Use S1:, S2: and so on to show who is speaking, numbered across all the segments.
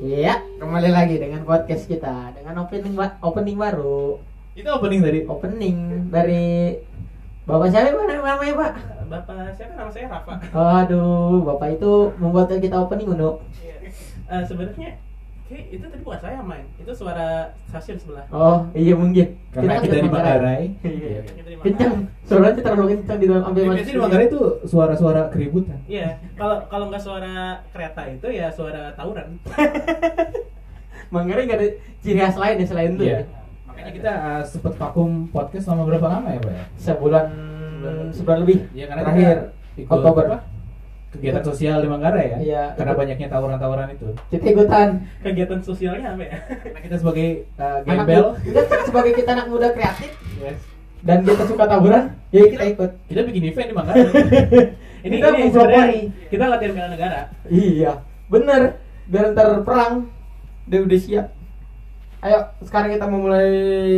S1: Iya, kembali lagi dengan podcast kita dengan opening ba- opening baru,
S2: Itu opening tadi.
S1: opening dari Bapak siapa Pak? namanya Pak?
S2: eh, Bapak siapa nama saya Rafa.
S1: Aduh, Bapak itu membuat kita opening Uno.
S2: Iya. Eh, sebenarnya kayak itu tadi bukan saya yang main. Itu suara stasiun sebelah.
S1: Oh, iya mungkin. kan
S3: Karena kita
S1: dari
S3: di Manggarai.
S1: Iya.
S3: Iya.
S2: Kita di mana?
S1: Kencang, suaranya terlalu kencang di dalam ambil
S3: Biasanya di Manggarai itu suara-suara keributan.
S2: Iya. Kalau kalau nggak suara kereta itu ya suara tawuran.
S1: Manggarai nggak ada ciri khas lain ya selain itu.
S3: Iya.
S1: ya?
S3: Makanya kita uh, sempet vakum podcast selama berapa lama ya, Pak ya?
S1: Sebulan
S3: Sebulan.
S1: sebulan lebih.
S3: Iya, karena
S1: Terakhir
S3: kita ikut
S1: ya, Oktober.
S3: apa? Kegiatan sosial di Manggarai ya.
S1: Iya.
S3: Karena banyaknya tawuran-tawuran itu.
S1: Kita ikutan.
S2: Kegiatan sosialnya apa ya?
S3: Karena kita sebagai uh,
S1: Anak
S3: gembel,
S1: muda- Kita sebagai kita anak muda kreatif
S3: yes.
S1: dan kita suka taburan, ya kita ikut.
S3: kita bikin event di Manggarai.
S2: Ini
S1: Kita
S2: ini
S1: mau
S2: sebenarnya
S1: pelopori.
S2: kita latihan bela negara.
S1: Iya, bener. Biar ntar perang, dia udah siap. Ayo, sekarang kita mau mulai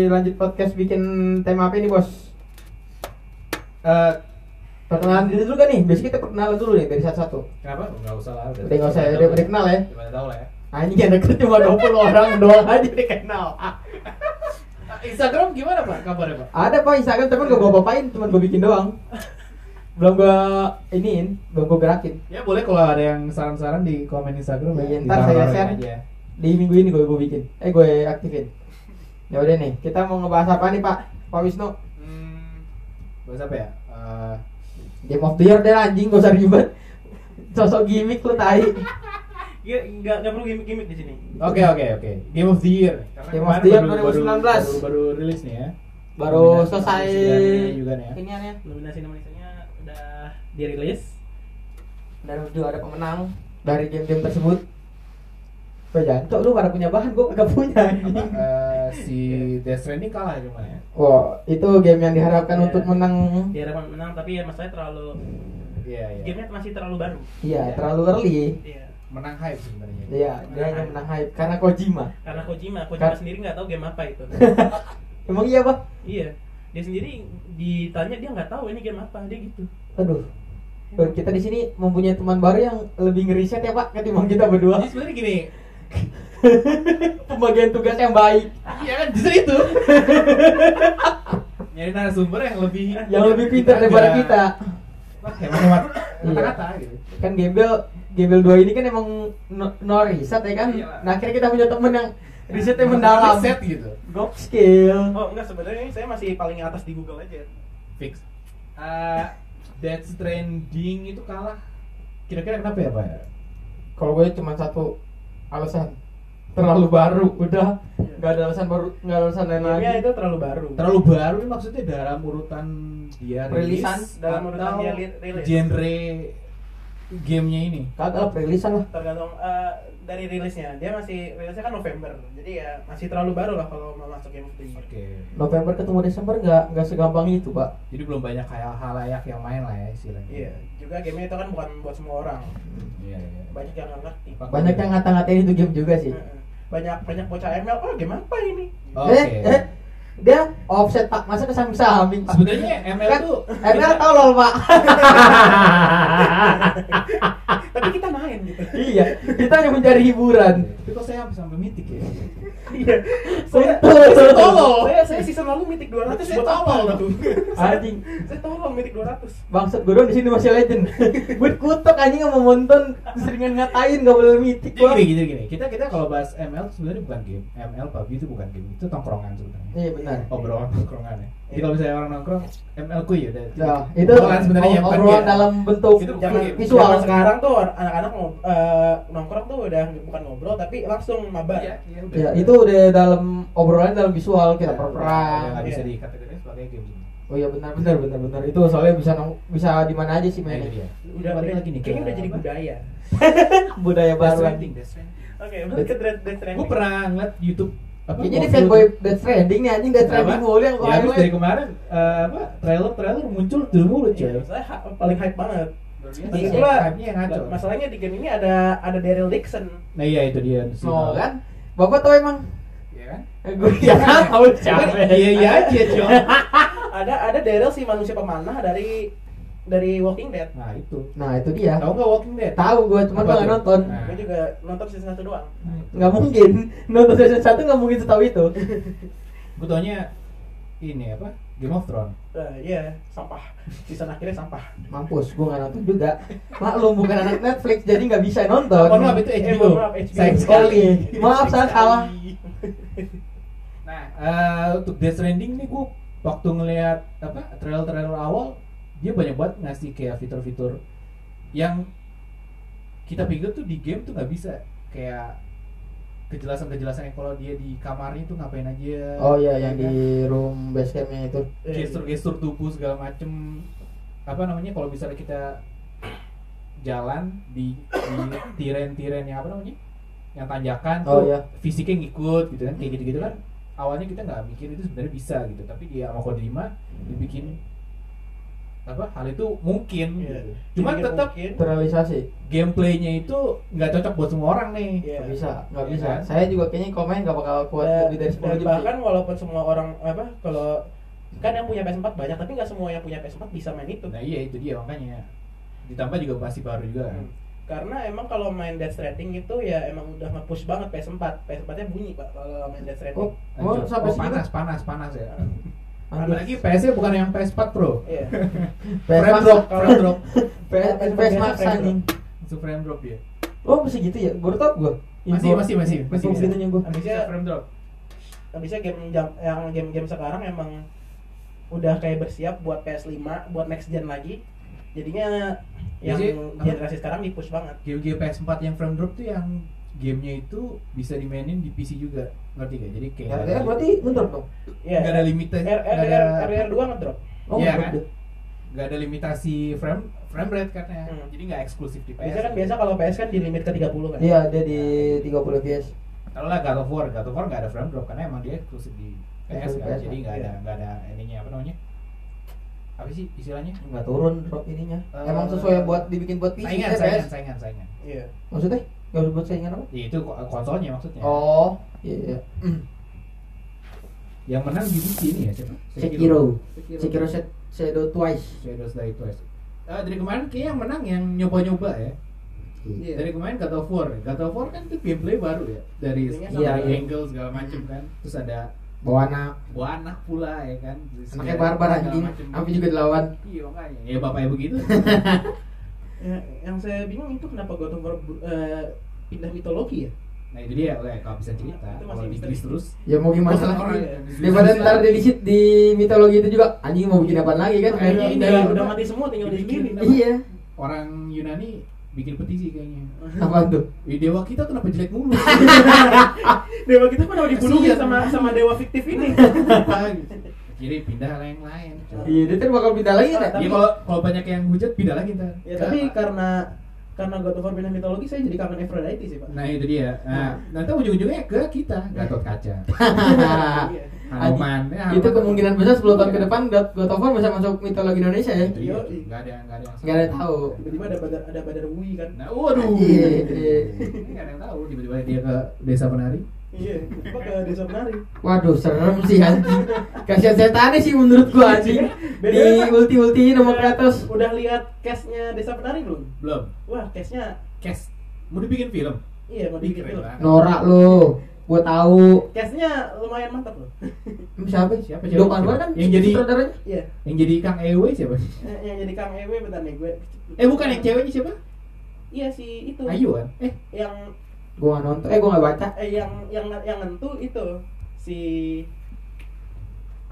S1: lanjut podcast bikin tema apa ini bos? Eh, perkenalan diri dulu kan nih. Biasanya kita perkenalan dulu nih dari satu-satu.
S3: Kenapa? Enggak usah lah.
S1: Udah nggak usah, udah udah kenal ya.
S3: Gimana tahu lah ya.
S1: Anjing ada kerja cuma 20 orang doang aja udah kenal. Ah,
S3: Instagram gimana Pak? Kabarnya Pak?
S1: Ada pak Instagram tapi gak gua papain, cuma gua bikin doang. Belum gua iniin, belum gua gerakin.
S3: Ya boleh kalau ada yang saran-saran di komen Instagram
S1: Iya,
S3: ya.
S1: ntar saya
S3: Ditaruh
S1: share.
S3: aja.
S1: di minggu ini gue gue bikin eh gue aktifin ya udah nih kita mau ngebahas apa nih pak pak Wisnu
S3: Hmm, bahas apa ya? Eh,
S1: game of the year deh anjing gak usah ribet sosok gimmick lu tai
S2: Iya, nggak nggak perlu gimmick-gimmick di sini.
S3: Oke oke oke. Game of the year. Karena
S1: Game of
S3: kemarin
S1: the year
S3: baru- baru-
S1: 2019.
S3: Baru, baru, rilis nih ya.
S1: baru
S3: Nominasi-
S1: selesai
S3: nominasi juga nih ya.
S1: ini aneh
S2: Nominasi nominasinya udah dirilis.
S1: dan juga ada pemenang dari game-game tersebut Gue jantok lu pada punya bahan gue kagak punya anjing.
S3: Apa, eh, si Death Stranding kalah cuma ya.
S1: Wah, itu game yang diharapkan
S2: Iya.
S1: untuk menang.
S2: Diharapkan menang tapi ya masalahnya terlalu
S3: Iya iya.
S2: gamenya masih terlalu baru.
S1: Iya,
S3: Iya.
S1: terlalu early.
S2: Iya.
S3: Menang hype sebenarnya.
S1: Iya, dia hanya
S2: Menang.
S1: menang hype karena Kojima.
S2: Karena Kojima, Kojima
S1: Kar-
S2: sendiri nggak tahu game apa itu.
S1: Emang iya, Pak?
S2: Iya, dia sendiri ditanya dia nggak tahu ini game apa, dia gitu.
S1: Aduh. Eh, Kita di sini mempunyai teman baru yang lebih ngeriset ya Pak ketimbang kita berdua.
S3: Jadi sebenarnya gini.
S1: Pembagian tugas yang baik,
S3: Iya kan justru itu. Nyari narasumber yang lebih
S1: yang lebih pintar daripada kita.
S3: Hemat-hemat
S1: Iya.
S3: kata-kata gitu.
S1: Kan Gembel Gembel 2 ini kan emang no, no riset ya kan.
S3: Iya.
S2: Iyalah.
S1: Nah, akhirnya kita punya temen yang risetnya mendalam.
S3: Set gitu.
S1: Gok skill.
S2: Oh enggak sebenarnya ini saya masih paling atas di Google aja.
S3: Fix. Eh, Death Stranding itu kalah. Kira-kira kenapa ya Pak?
S1: Kalau gue cuma satu alasan terlalu baru udah
S2: Iya.
S1: nggak ada alasan baru nggak ada alasan
S3: Iya,
S1: lain lagi
S2: Gamenya itu terlalu baru.
S3: terlalu baru ini maksudnya dalam urutan dia rilis
S1: Perilisan,
S2: dalam
S3: atau
S2: urutan dia li- rilis.
S3: genre gamenya ini
S1: kagak lah perilisan lah
S2: Tergantung eh, dari rilisnya, dia masih rilisnya kan November, jadi ya masih terlalu baru lah kalau mau masuk game of the year.
S3: oke
S1: November ketemu Desember nggak nggak segampang itu pak
S3: jadi belum banyak kayak halayak yang main lah ya istilahnya
S2: Iya, juga gamenya itu kan bukan buat semua orang,
S3: iya iya
S2: banyak yang nggak ngerti.
S3: Pak-
S1: banyak yang ngata-ngatain itu game juga sih
S2: Heeh. Banyak banyak bocah ML, oh game apa ini?
S3: oke
S1: Eh, eh, dia offset pak, masa ke samping samping pak.
S3: sebenarnya ML
S1: Kan,
S3: tuh
S1: ML tolol pak.
S2: Tapi kita main gitu.
S1: iya, kita hanya mencari hiburan.
S3: tapi kok saya sampai sampai mitik ya
S2: Iya. Saya
S1: Untung.
S3: Tolol.
S2: Saya saya season lalu mitik 200
S3: Berarti saya
S2: buat apa
S3: tolol
S2: gitu?
S1: Anjing,
S2: Saya tolong mitik 200.
S1: bangsat gue doang di sini masih legend. Buat kutok anjing sama monton seringan ngatain gak boleh mitik
S3: jadi
S1: gua.
S3: gini gini gini kita kita kalau bahas ML tuh sebenarnya bukan game ML PUBG itu bukan game itu tongkrongan sebenarnya
S1: Iya benar.
S3: obrolan nongkrongan ya jadi kalau misalnya orang nongkrong ML ku ya udah
S1: Nah, itu
S3: obrolan sebenarnya ya, bukan
S1: obrolan
S3: game.
S1: dalam bentuk
S3: Itu bukan
S2: Jangan
S3: game.
S1: visual.
S2: zaman sekarang tuh anak-anak mau eh, nongkrong tuh udah bukan ngobrol tapi langsung mabar.
S3: Iya, iya, udah.
S1: Ya, itu udah dalam obrolan dalam visual
S3: Iya,
S1: kita
S3: Udah
S1: perperan.
S3: nggak bisa
S2: Iya.
S3: dikategorikan sebagai game sebenarnya.
S1: Oh iya benar benar benar benar. Itu soalnya bisa nong- bisa di mana aja sih
S3: Nah, itu
S1: mainnya.
S3: dia.
S2: Udah
S3: balik lagi nih.
S2: Kayaknya udah jadi budaya.
S1: Budaya baru anjing.
S2: Oke, balik ke Dread Death Stranding.
S3: Gue pernah ngeliat YouTube apa?
S1: Kayaknya ini
S3: Wolf
S1: fanboy
S3: Road.
S1: Death Stranding nih anjing Death Stranding
S3: Apa?
S1: mulu yang
S3: Ya
S1: kemarin
S3: abis dari kemarin eh, apa trailer trailer muncul dulu mulu
S2: Iya,
S3: cuy.
S2: saya ha- paling hype banget.
S3: Iya,
S2: Di gua-
S3: hype-nya yang ngaco.
S2: Masalahnya di game ini ada ada Daryl Dixon.
S3: Nah iya itu dia. si
S1: Oh
S3: Mal.
S1: kan? Bapak tau emang?
S3: Iya kan?
S1: Eh, Gue ya tahu
S3: Iya iya aja cuy.
S2: Ada ada Daryl si manusia pemanah dari dari Walking Dead.
S3: Nah itu.
S1: Nah itu dia.
S3: Tahu nggak Walking Dead?
S1: Tahu gue cuman
S3: Apa
S1: gue nggak
S3: tuh?
S1: nonton.
S3: Nah.
S2: Gue juga nonton season 1 doang.
S3: Nah, itu.
S1: Nggak mungkin. Nonton season satu nggak mungkin setahu itu.
S3: Gue taunya ini apa? Game of Thrones.
S2: Eh, iya, sampah. Season akhirnya sampah.
S1: Mampus, gue nggak nonton juga. Maklum bukan anak Netflix jadi nggak bisa nonton.
S3: Mohon maaf itu
S2: Eh,
S3: HBO.
S2: mohon maaf, HBO.
S3: Sayang sekali.
S1: Sorry. Maaf saya salah.
S3: Nah, eh, untuk Death Stranding nih gue waktu ngelihat apa trailer-trailer awal dia banyak banget ngasih kayak fitur-fitur yang kita pikir tuh di game tuh nggak bisa kayak kejelasan-kejelasan yang kalau dia di kamarnya tuh ngapain aja
S1: Oh iya yang
S3: ya kan?
S1: di room basecampnya itu.
S2: Eh,
S3: gestur-gestur tubuh segala macem apa namanya kalau misalnya kita jalan di di tiren-tiren yang apa namanya yang tanjakan
S1: Oh,
S3: tuh
S1: iya.
S3: fisiknya ngikut gitu kan kayak
S2: Mm-hmm.
S3: gitu-gitu kan awalnya kita nggak mikir itu sebenarnya bisa gitu tapi dia sama Kojima dibikin apa hal itu mungkin
S2: Iya.
S3: gitu. cuman
S2: Dibikin
S3: tetap
S2: mungkin.
S1: Terrealisasi.
S3: gameplaynya itu nggak cocok buat semua orang nih
S2: Iya.
S1: Nggak bisa, nggak
S3: Iya
S1: bisa.
S3: kan? Iya,
S1: Saya juga kayaknya komen nggak bakal kuat
S2: Dan-
S1: lebih dari 10 jam.
S2: dan
S1: sih.
S2: bahkan walaupun semua orang apa kalau kan yang punya PS4 banyak tapi nggak semua yang punya PS4 bisa main itu.
S3: nah iya itu dia makanya ditambah juga pasti baru juga kan
S2: Hmm. Karena emang kalau main Death Stranding itu ya emang udah nge-push banget PS4. PS4-nya bunyi Pak kalau main Death Stranding. Nah,
S1: Oh, oh,
S3: Hancur.
S1: sampai
S3: Oh,
S1: segitu?
S3: panas, panas, panas ya.
S1: Anjir.
S3: Apalagi PS-nya bukan yang PS4 Pro.
S2: Iya.
S1: PS
S3: Frame
S1: Max,
S3: drop, frame drop.
S1: PS,
S2: Frame
S1: PS Max
S2: drop, frame
S1: anjing.
S3: Itu frame drop ya.
S1: Oh masih gitu ya? Gue tau gue.
S3: Masih, masih, masih, masih
S1: Masih
S3: bisa.
S1: gitunya gue.
S2: Habisnya-
S3: Bisa frame drop.
S2: Habisnya game jam- yang game-game sekarang emang udah kayak bersiap buat PS5, buat next gen lagi. Jadinya yang
S3: Jadi, apa?
S2: generasi sekarang di-push banget.
S3: Game-game PS4 yang frame drop tuh yang gamenya itu bisa dimainin di PC juga. Ngerti gak? Jadi kayak nggak
S1: RTR
S3: ada-
S1: berarti ngedrop dong.
S2: Iya.
S3: nggak ada limitasi,
S2: R-
S3: nggak
S2: RDR
S3: ada-
S2: RDR 2 ngedrop.
S1: Oh
S3: Iya,
S1: ngedrop
S3: kan?
S1: deh.
S3: nggak ada limitasi frame frame rate katanya.
S2: Hmm.
S3: Jadi nggak eksklusif di PS.
S2: Biasanya kan biasa kalau PS kan di limit ke 30 kan.
S1: Iya ada di 30 PS.
S3: Kalau lah God of War, God of War nggak ada frame drop karena emang dia eksklusif di PS
S1: Eksklusif
S3: kan.
S1: PS,
S3: Jadi nggak ada
S2: iya.
S3: nggak ada ininya apa namanya? Apa sih istilahnya?
S1: Nggak turun drop ininya.
S3: Eh,
S1: Emang sesuai buat dibikin buat PC
S3: Saingan,
S1: ya,
S3: saingan,
S1: PS?
S3: saingan, saingan.
S2: Iya.
S1: Maksudnya? Gak buat saingan apa?
S3: Ya, itu ko- konsolnya maksudnya.
S1: Oh iya. iya.
S3: Yang menang di sini ini ya siapa?
S1: Sekiro. Sekiro Shed- Shadow Twice.
S3: Shadows Die Twice. Eh, dari kemarin kayaknya yang menang yang nyoba-nyoba ya.
S4: Iya.
S3: Dari kemarin God of War. God of War kan itu gameplay baru ya. Dari
S2: Iya,
S3: iya,
S1: iya.
S3: angle segala macam kan. Terus ada
S1: Bawa anak.
S3: buah anak pula ya kan. Terus
S1: Anaknya
S3: segala-
S1: barbar
S3: segala
S1: anjing.
S3: macem. kan.
S1: Apa juga dilawan.
S3: Iya makanya. Ya bapaknya begitu.
S2: Ya, yang saya bingung itu kenapa God of War eh, pindah mitologi ya?
S3: nah itu dia oleh kalau bisa cerita.
S2: Itu masih
S3: Kalau di
S2: misteri.
S3: Greece terus.
S1: Ya mau gimana
S3: Orang-
S1: lagi?
S3: orang-
S2: Iya.
S1: Daripada ntar di di- di mitologi itu juga anjing mau bikin apa
S2: Iya,
S1: lagi kan?
S3: Kayaknya ini
S1: Dari-
S2: udah,
S3: ya,
S2: udah
S3: apa?
S2: mati semua tinggal di
S3: Dibikin
S2: sendiri.
S1: Iya.
S3: Orang Yunani bikin petisi kayaknya.
S1: Apa tuh?
S3: Ih, dewa kita kenapa jelek mulu?
S2: Dewa kita kenapa dibunuhin
S3: Kasihan.
S2: sama sama dewa fiktif ini?
S3: Gitu. Kiri pindah lah yang lain.
S1: Iya, dia ntar bakal pindah lagi kan?
S3: Iya kalau kalau banyak yang hujat pindah lagi ntar.
S1: Iya,
S2: Ya, tapi karena karena God of War pindah mitologi saya jadi kangen Aphrodite sih, Pak.
S3: Nah itu dia. Nah,
S1: Iya.
S3: nanti ujung-ujungnya ke kita, Gatot Kaca,
S2: Iya.
S3: Hanuman. Ya, Hanuman.
S1: itu kemungkinan besar 10 tahun ke depan God God of War bisa masuk mitologi Indonesia ya
S3: Iya, Itu dia. Nggak ada nggak ada yang.
S1: nggak ada yang tahu
S2: Tiba-tiba ada badar ada badar Wui kan.
S3: Nah, waduh.
S1: Iya, iya.
S3: Ini nggak ada yang tahu. Tiba-tiba dia ke desa penari.
S2: Iya, tiba ke desa menari.
S1: waduh serem sih anjing kasihan setannya sih menurut gua anjing di ulti ultiin sama Kratos
S2: Udah lihat cashnya desa penari belum?
S3: Belum.
S2: Wah, cashnya
S3: Kes. Mau dibikin film.
S2: iya mau
S3: Ih,
S2: dikit
S3: keren
S2: loh.
S3: banget.
S1: norak lo gua tahu
S2: Cashnya lumayan mantap loh.
S1: Emang siapa
S3: Siapa,
S1: siapa
S3: siapa?
S1: Dodo Anwar kan
S3: Yang jadi-
S1: sutradaranya
S2: Iya.
S3: Yang jadi Kang Ewe siapa?
S2: Eh, Yang jadi Kang Ewe bentar nih gue.
S3: Eh bukan yang ceweknya siapa?
S2: Iya si itu.
S3: Ayu kan? Eh
S2: Yang
S1: gua nggak nonton eh gua nggak baca
S2: eh, yang yang yang nentu itu si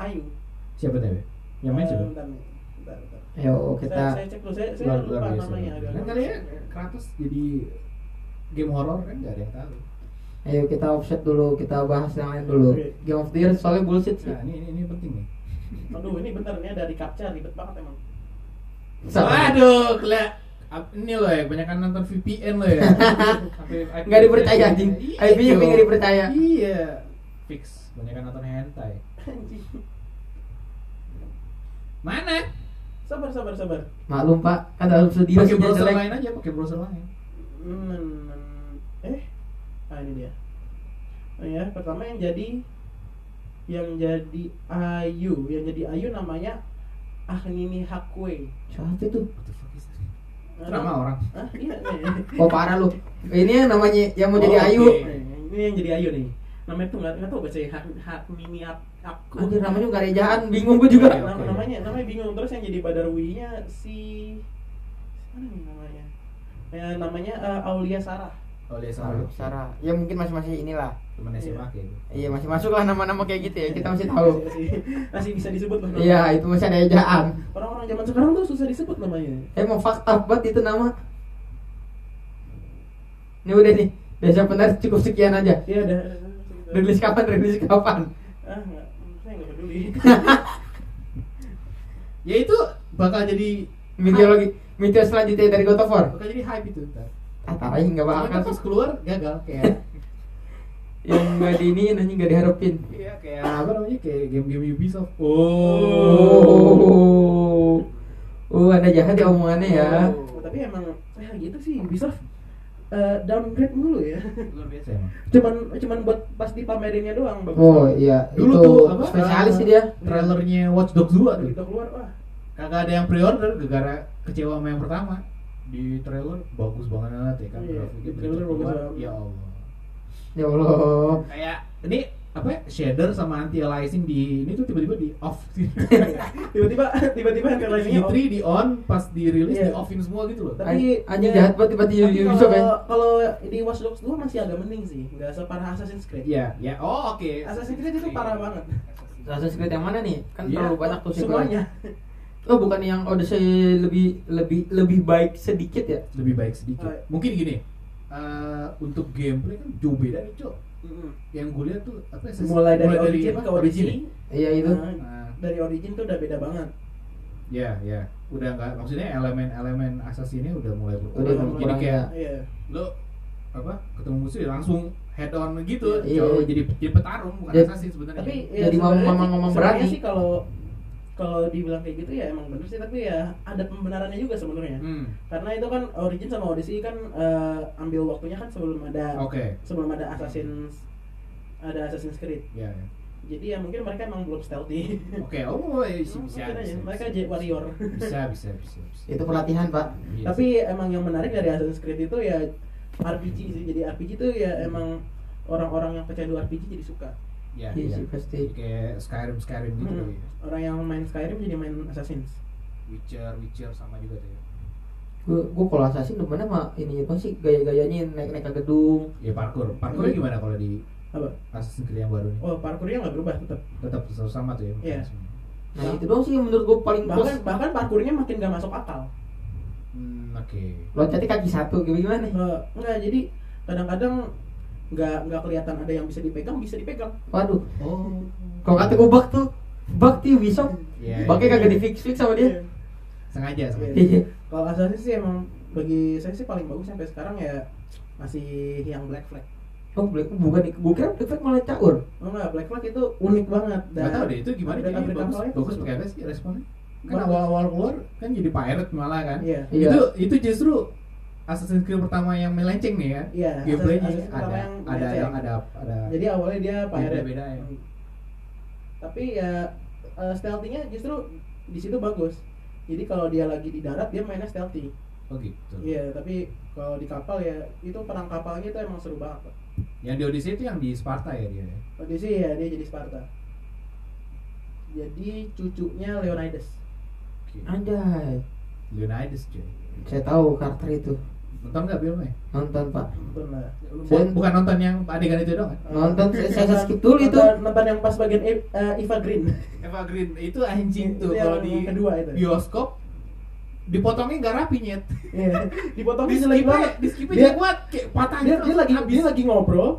S2: Ayu.
S3: siapa tadi? Yang main
S2: Eh,
S3: siapa?
S2: bentar nih. Bentar, bentar.
S1: ayo kita
S2: Saya, saya cek dulu, saya, saya
S3: luar
S2: lupa
S3: luar biasa.
S2: namanya. agak-
S3: Kan kali ya Kratos jadi game horor kan nggak ada yang tahu.
S1: ayo kita offset dulu kita bahas yang lain dulu
S2: Oke.
S1: Game of the Year soalnya bullshit sih
S3: Nah ini ini, ini penting nih.
S2: Aduh, ini bentar ini dari captcha ribet banget emang.
S1: Salah.
S3: Waduh, kela- ap- ini loh ya, kebanyakan nonton VPN loh ya. Sampai IP-
S1: Nggak dipercaya, anjing.
S3: Iya,
S1: IP -nya
S3: Jo.
S1: nggak dipercaya.
S3: Iya. Fix, kebanyakan nonton hentai.
S2: Anjing.
S3: Mana?
S2: Sabar, sabar, sabar.
S1: maklum pak kan dalam studio
S3: Pakai
S1: sih
S3: browser
S1: jelek
S3: lain aja, pakai browser lain.
S2: Hmm, eh, ah ini dia. Oh ya, pertama yang jadi yang jadi Ayu, yang jadi Ayu namanya ah ini hakwe
S1: Siapa itu?
S3: What the fuck is that? Drama orang.
S2: Hah? Iya, iya.
S1: Oh parah lu. Ini yang namanya yang mau
S3: Oh,
S1: jadi Ayu.
S3: oke.
S2: iya. Ini yang jadi Ayu nih. Namanya tuh nggak nggak tahu baca ya. hak hak mini up aku.
S1: Anjir namanya nggak rejaan, bingung gua juga.
S3: Iya.
S2: Nama- namanya namanya bingung terus yang jadi Badarwinya si mana nih namanya? Ya, namanya eh, Aulia Sarah.
S3: Oleh
S1: Sarah, Sarah. Ya mungkin masih masih inilah.
S3: Temen SMA kayak gitu.
S1: Iya masih masuk lah nama-nama kayak gitu ya. Kita masih tahu.
S2: Masih, masih, masih bisa disebut lah. namanya.
S1: Iya itu masih ada ejaan. Eh,
S2: Orang-orang zaman sekarang tuh susah disebut namanya.
S1: Emang fakta banget itu nama. Ini udah nih. Biasa benar cukup sekian aja.
S2: Iya ada.
S1: Rilis kapan? Rilis kapan?
S2: Ah nggak, saya nggak peduli.
S3: Ya itu bakal jadi
S1: Mitologi, mitos selanjutnya dari God of War.
S3: bakal jadi hype itu ntar.
S1: Ah, tarai nggak bakal
S3: Cuma
S1: kan?
S3: ntar pas keluar gagal kayak
S1: Yang nggak di ini, nanti nggak diharapin.
S3: Iya kayak apa namanya kayak game-game Ubisoft. Oh.
S1: Oh, oh, anda jahat ya omongannya ya.
S2: Oh, tapi emang ya gitu sih bisa eh, downgrade mulu ya.
S3: Luar biasa emang.
S2: cuman cuman buat pas dipamerinnya doang bagus
S1: Oh iya,
S3: Dulu
S1: itu
S3: tuh apa?
S1: spesialis
S3: eh,
S1: sih dia.
S3: Trailernya Watch Dogs
S1: Oh.
S3: 2 tuh.
S2: begitu keluar wah
S3: Kagak ada yang pre-order gara-gara kecewa sama yang pertama. Di trailer bagus banget ya kan
S2: Iya,
S3: grafiknya
S2: di trailer
S3: begitu
S2: bagus
S3: keluar,
S2: banget.
S3: Ya Allah.
S1: Ya Allah.
S3: Kayak ini apa ya, shader sama anti aliasing di ini tuh tiba-tiba di off
S2: tiba-tiba tiba-tiba oh. yang
S3: di
S1: Iya,
S2: lainnya
S3: 3 di on pas dirilis
S2: Iya.
S3: di offin semua gitu loh
S2: Tapi-
S1: anjing jahat banget tiba-tiba di
S2: tapi
S1: Ubisoft ya.
S2: kalau kalau di Watch Dogs 2 masih agak mending sih nggak separah Assassin's Creed
S3: Iya, ya. Oh, oke.
S2: Assassin's Creed itu parah banget
S1: Assassin's Creed yang mana nih? Kan
S3: Iya.
S1: terlalu banyak tuh sequelnya.
S2: semuanya
S1: Oh bukan yang Odyssey lebih lebih lebih baik sedikit ya?
S3: Lebih baik sedikit.
S2: Oh, iya.
S3: Mungkin gini. eh, untuk gameplay kan jauh beda nih, Cok. Yang gue lihat tuh apa Assassin's-
S2: mulai dari origin
S3: apa?
S2: ke origin
S3: ya?
S1: Iya itu.
S2: Nah,
S3: Nah,
S2: dari origin tuh udah beda banget
S3: ya, ya. Udah nggak maksudnya elemen-elemen Assassin ini udah mulai
S1: Udah
S3: berkurang. Jadi
S1: berkurang,
S3: kayak
S2: iya
S3: lo apa ketemu musuh ya langsung head on gitu.
S1: Iya.
S3: Cowok jadi jadi petarung bukan
S1: Jadi-
S3: assassin sebenarnya.
S2: tapi
S1: Iya.
S2: ya,
S1: Jadi ngomong- ngomong-ngomong
S2: sebenarnya
S1: berani.
S2: sih kalau kalau dibilang kayak gitu ya emang bener sih tapi ya ada pembenarannya juga sebenarnya
S3: hmm,
S2: karena itu kan origin sama odyssey kan eh, ambil waktunya kan sebelum ada
S3: oke.
S2: sebelum ada Assassin's ada Assassin's Creed.
S3: Ya, ya.
S2: Jadi ya mungkin mereka emang belum stealthy.
S3: Oke, oh, eh, bisa,
S2: Mungkin
S3: bisa,
S2: aja.
S3: bisa,
S2: mereka
S3: bisa.
S2: jadi Iya, warrior.
S3: Bisa, bisa, bisa, bisa.
S1: Itu pelatihan pak.
S3: Iya,
S2: Tapi emang yang menarik dari Assassin's Creed itu ya RPG sih. Jadi RPG itu ya emang orang-orang yang pecandu RPG jadi suka.
S3: Ya,
S1: Iya
S3: iya.
S1: sih, pasti.
S3: Jadi kayak Skyrim Skyrim gitu
S2: Hmm.
S3: kali ya.
S2: Orang yang main Skyrim jadi main Assassin's.
S3: Witcher Witcher sama juga tuh ya.
S1: Gue gue kalau Assassin demennya mah ininya doang sih gaya-gayanya naik-naik ke gedung.
S2: Iya.
S3: Ya parkour. Parkournya gimana kalau di
S2: Apa?
S3: Assassin's Creed yang baru nih?
S2: Oh, parkurnya nggak berubah tetap.
S3: Tetap sama tuh ya.
S2: Iya.
S3: mekanismenya.
S1: Nah itu doang sih yang menurut gue paling plus.
S2: Bahkan bahkan parkurnya makin nggak masuk akal.
S3: Hmm, oke.
S1: Loncatnya kaki satu gimana? nih?
S2: Eh, nggak jadi kadang-kadang nggak nggak kelihatan ada yang bisa dipegang bisa dipegang.
S1: Waduh.
S3: Oh.
S1: Kalau kata gue bak tuh bak tuh Ubisoft.
S3: Iya.
S1: Baknya
S3: iya.
S1: kagak di fix fix sama dia.
S3: Sengaja sengaja.
S2: Iya.
S1: Iya.
S2: Kalau Assassin sih emang bagi saya sih paling bagus sampai sekarang ya masih yang Black Flag.
S1: Oh, Black bukan gue kira Black Flag malah caur.
S2: Oh enggak, Black Flag itu unik banget dan
S3: Gak tau deh itu gimana
S2: dan
S3: jadi
S2: Afrika
S3: bagus,
S2: Soalnya
S3: bagus pakai apa sih responnya? Kan
S2: Bagus.
S3: awal-awal keluar kan jadi pirate malah kan.
S2: Iya.
S1: Iya.
S3: Itu itu justru Assassin's Creed pertama yang melenceng nih ya.
S2: Iya,
S3: Gameplaynya
S2: Assassin's Creed pertama
S3: ada
S2: yang
S3: ada
S2: melenceng.
S3: yang ada ada.
S2: Jadi awalnya dia pirate.
S3: beda ya.
S2: Hmm. Tapi ya eh, stealthy-nya justru di situ bagus. Jadi kalau dia lagi di darat dia mainnya stealthy.
S3: Oh gitu.
S2: Iya, tapi kalau di kapal ya itu perang kapalnya itu emang seru banget.
S3: Yang di Odyssey itu yang di Sparta ya dia. ya?
S2: Odyssey ya dia jadi Sparta. Jadi cucunya Leonidas.
S3: Oke.
S1: Anjay.
S3: Leonidas cuy.
S1: Saya tahu karakter itu.
S3: Nonton nggak filmnya?
S1: Nonton, Pak.
S2: Betul lah.
S3: Bukan, bukan nonton yang adegan itu
S2: kan?
S3: dong.
S1: Nonton, saya- saya skip dulu itu.
S2: Nonton- Nonton yang pas bagian E- eh, Eva Green.
S3: Eva Green itu
S2: Itu
S3: anjing tuh
S2: yang
S3: kalau di
S2: kedua itu.
S3: bioskop dipotongnya nggak rapi nyet.
S2: Iya. Dipotongin
S3: Di
S2: lagi
S3: skipnya,
S2: banget.
S3: di skipnya
S2: Dia-
S3: dia kuat kayak patah
S2: Dia,
S3: gitu,
S2: dia lagi
S3: habis.
S2: dia lagi ngobrol.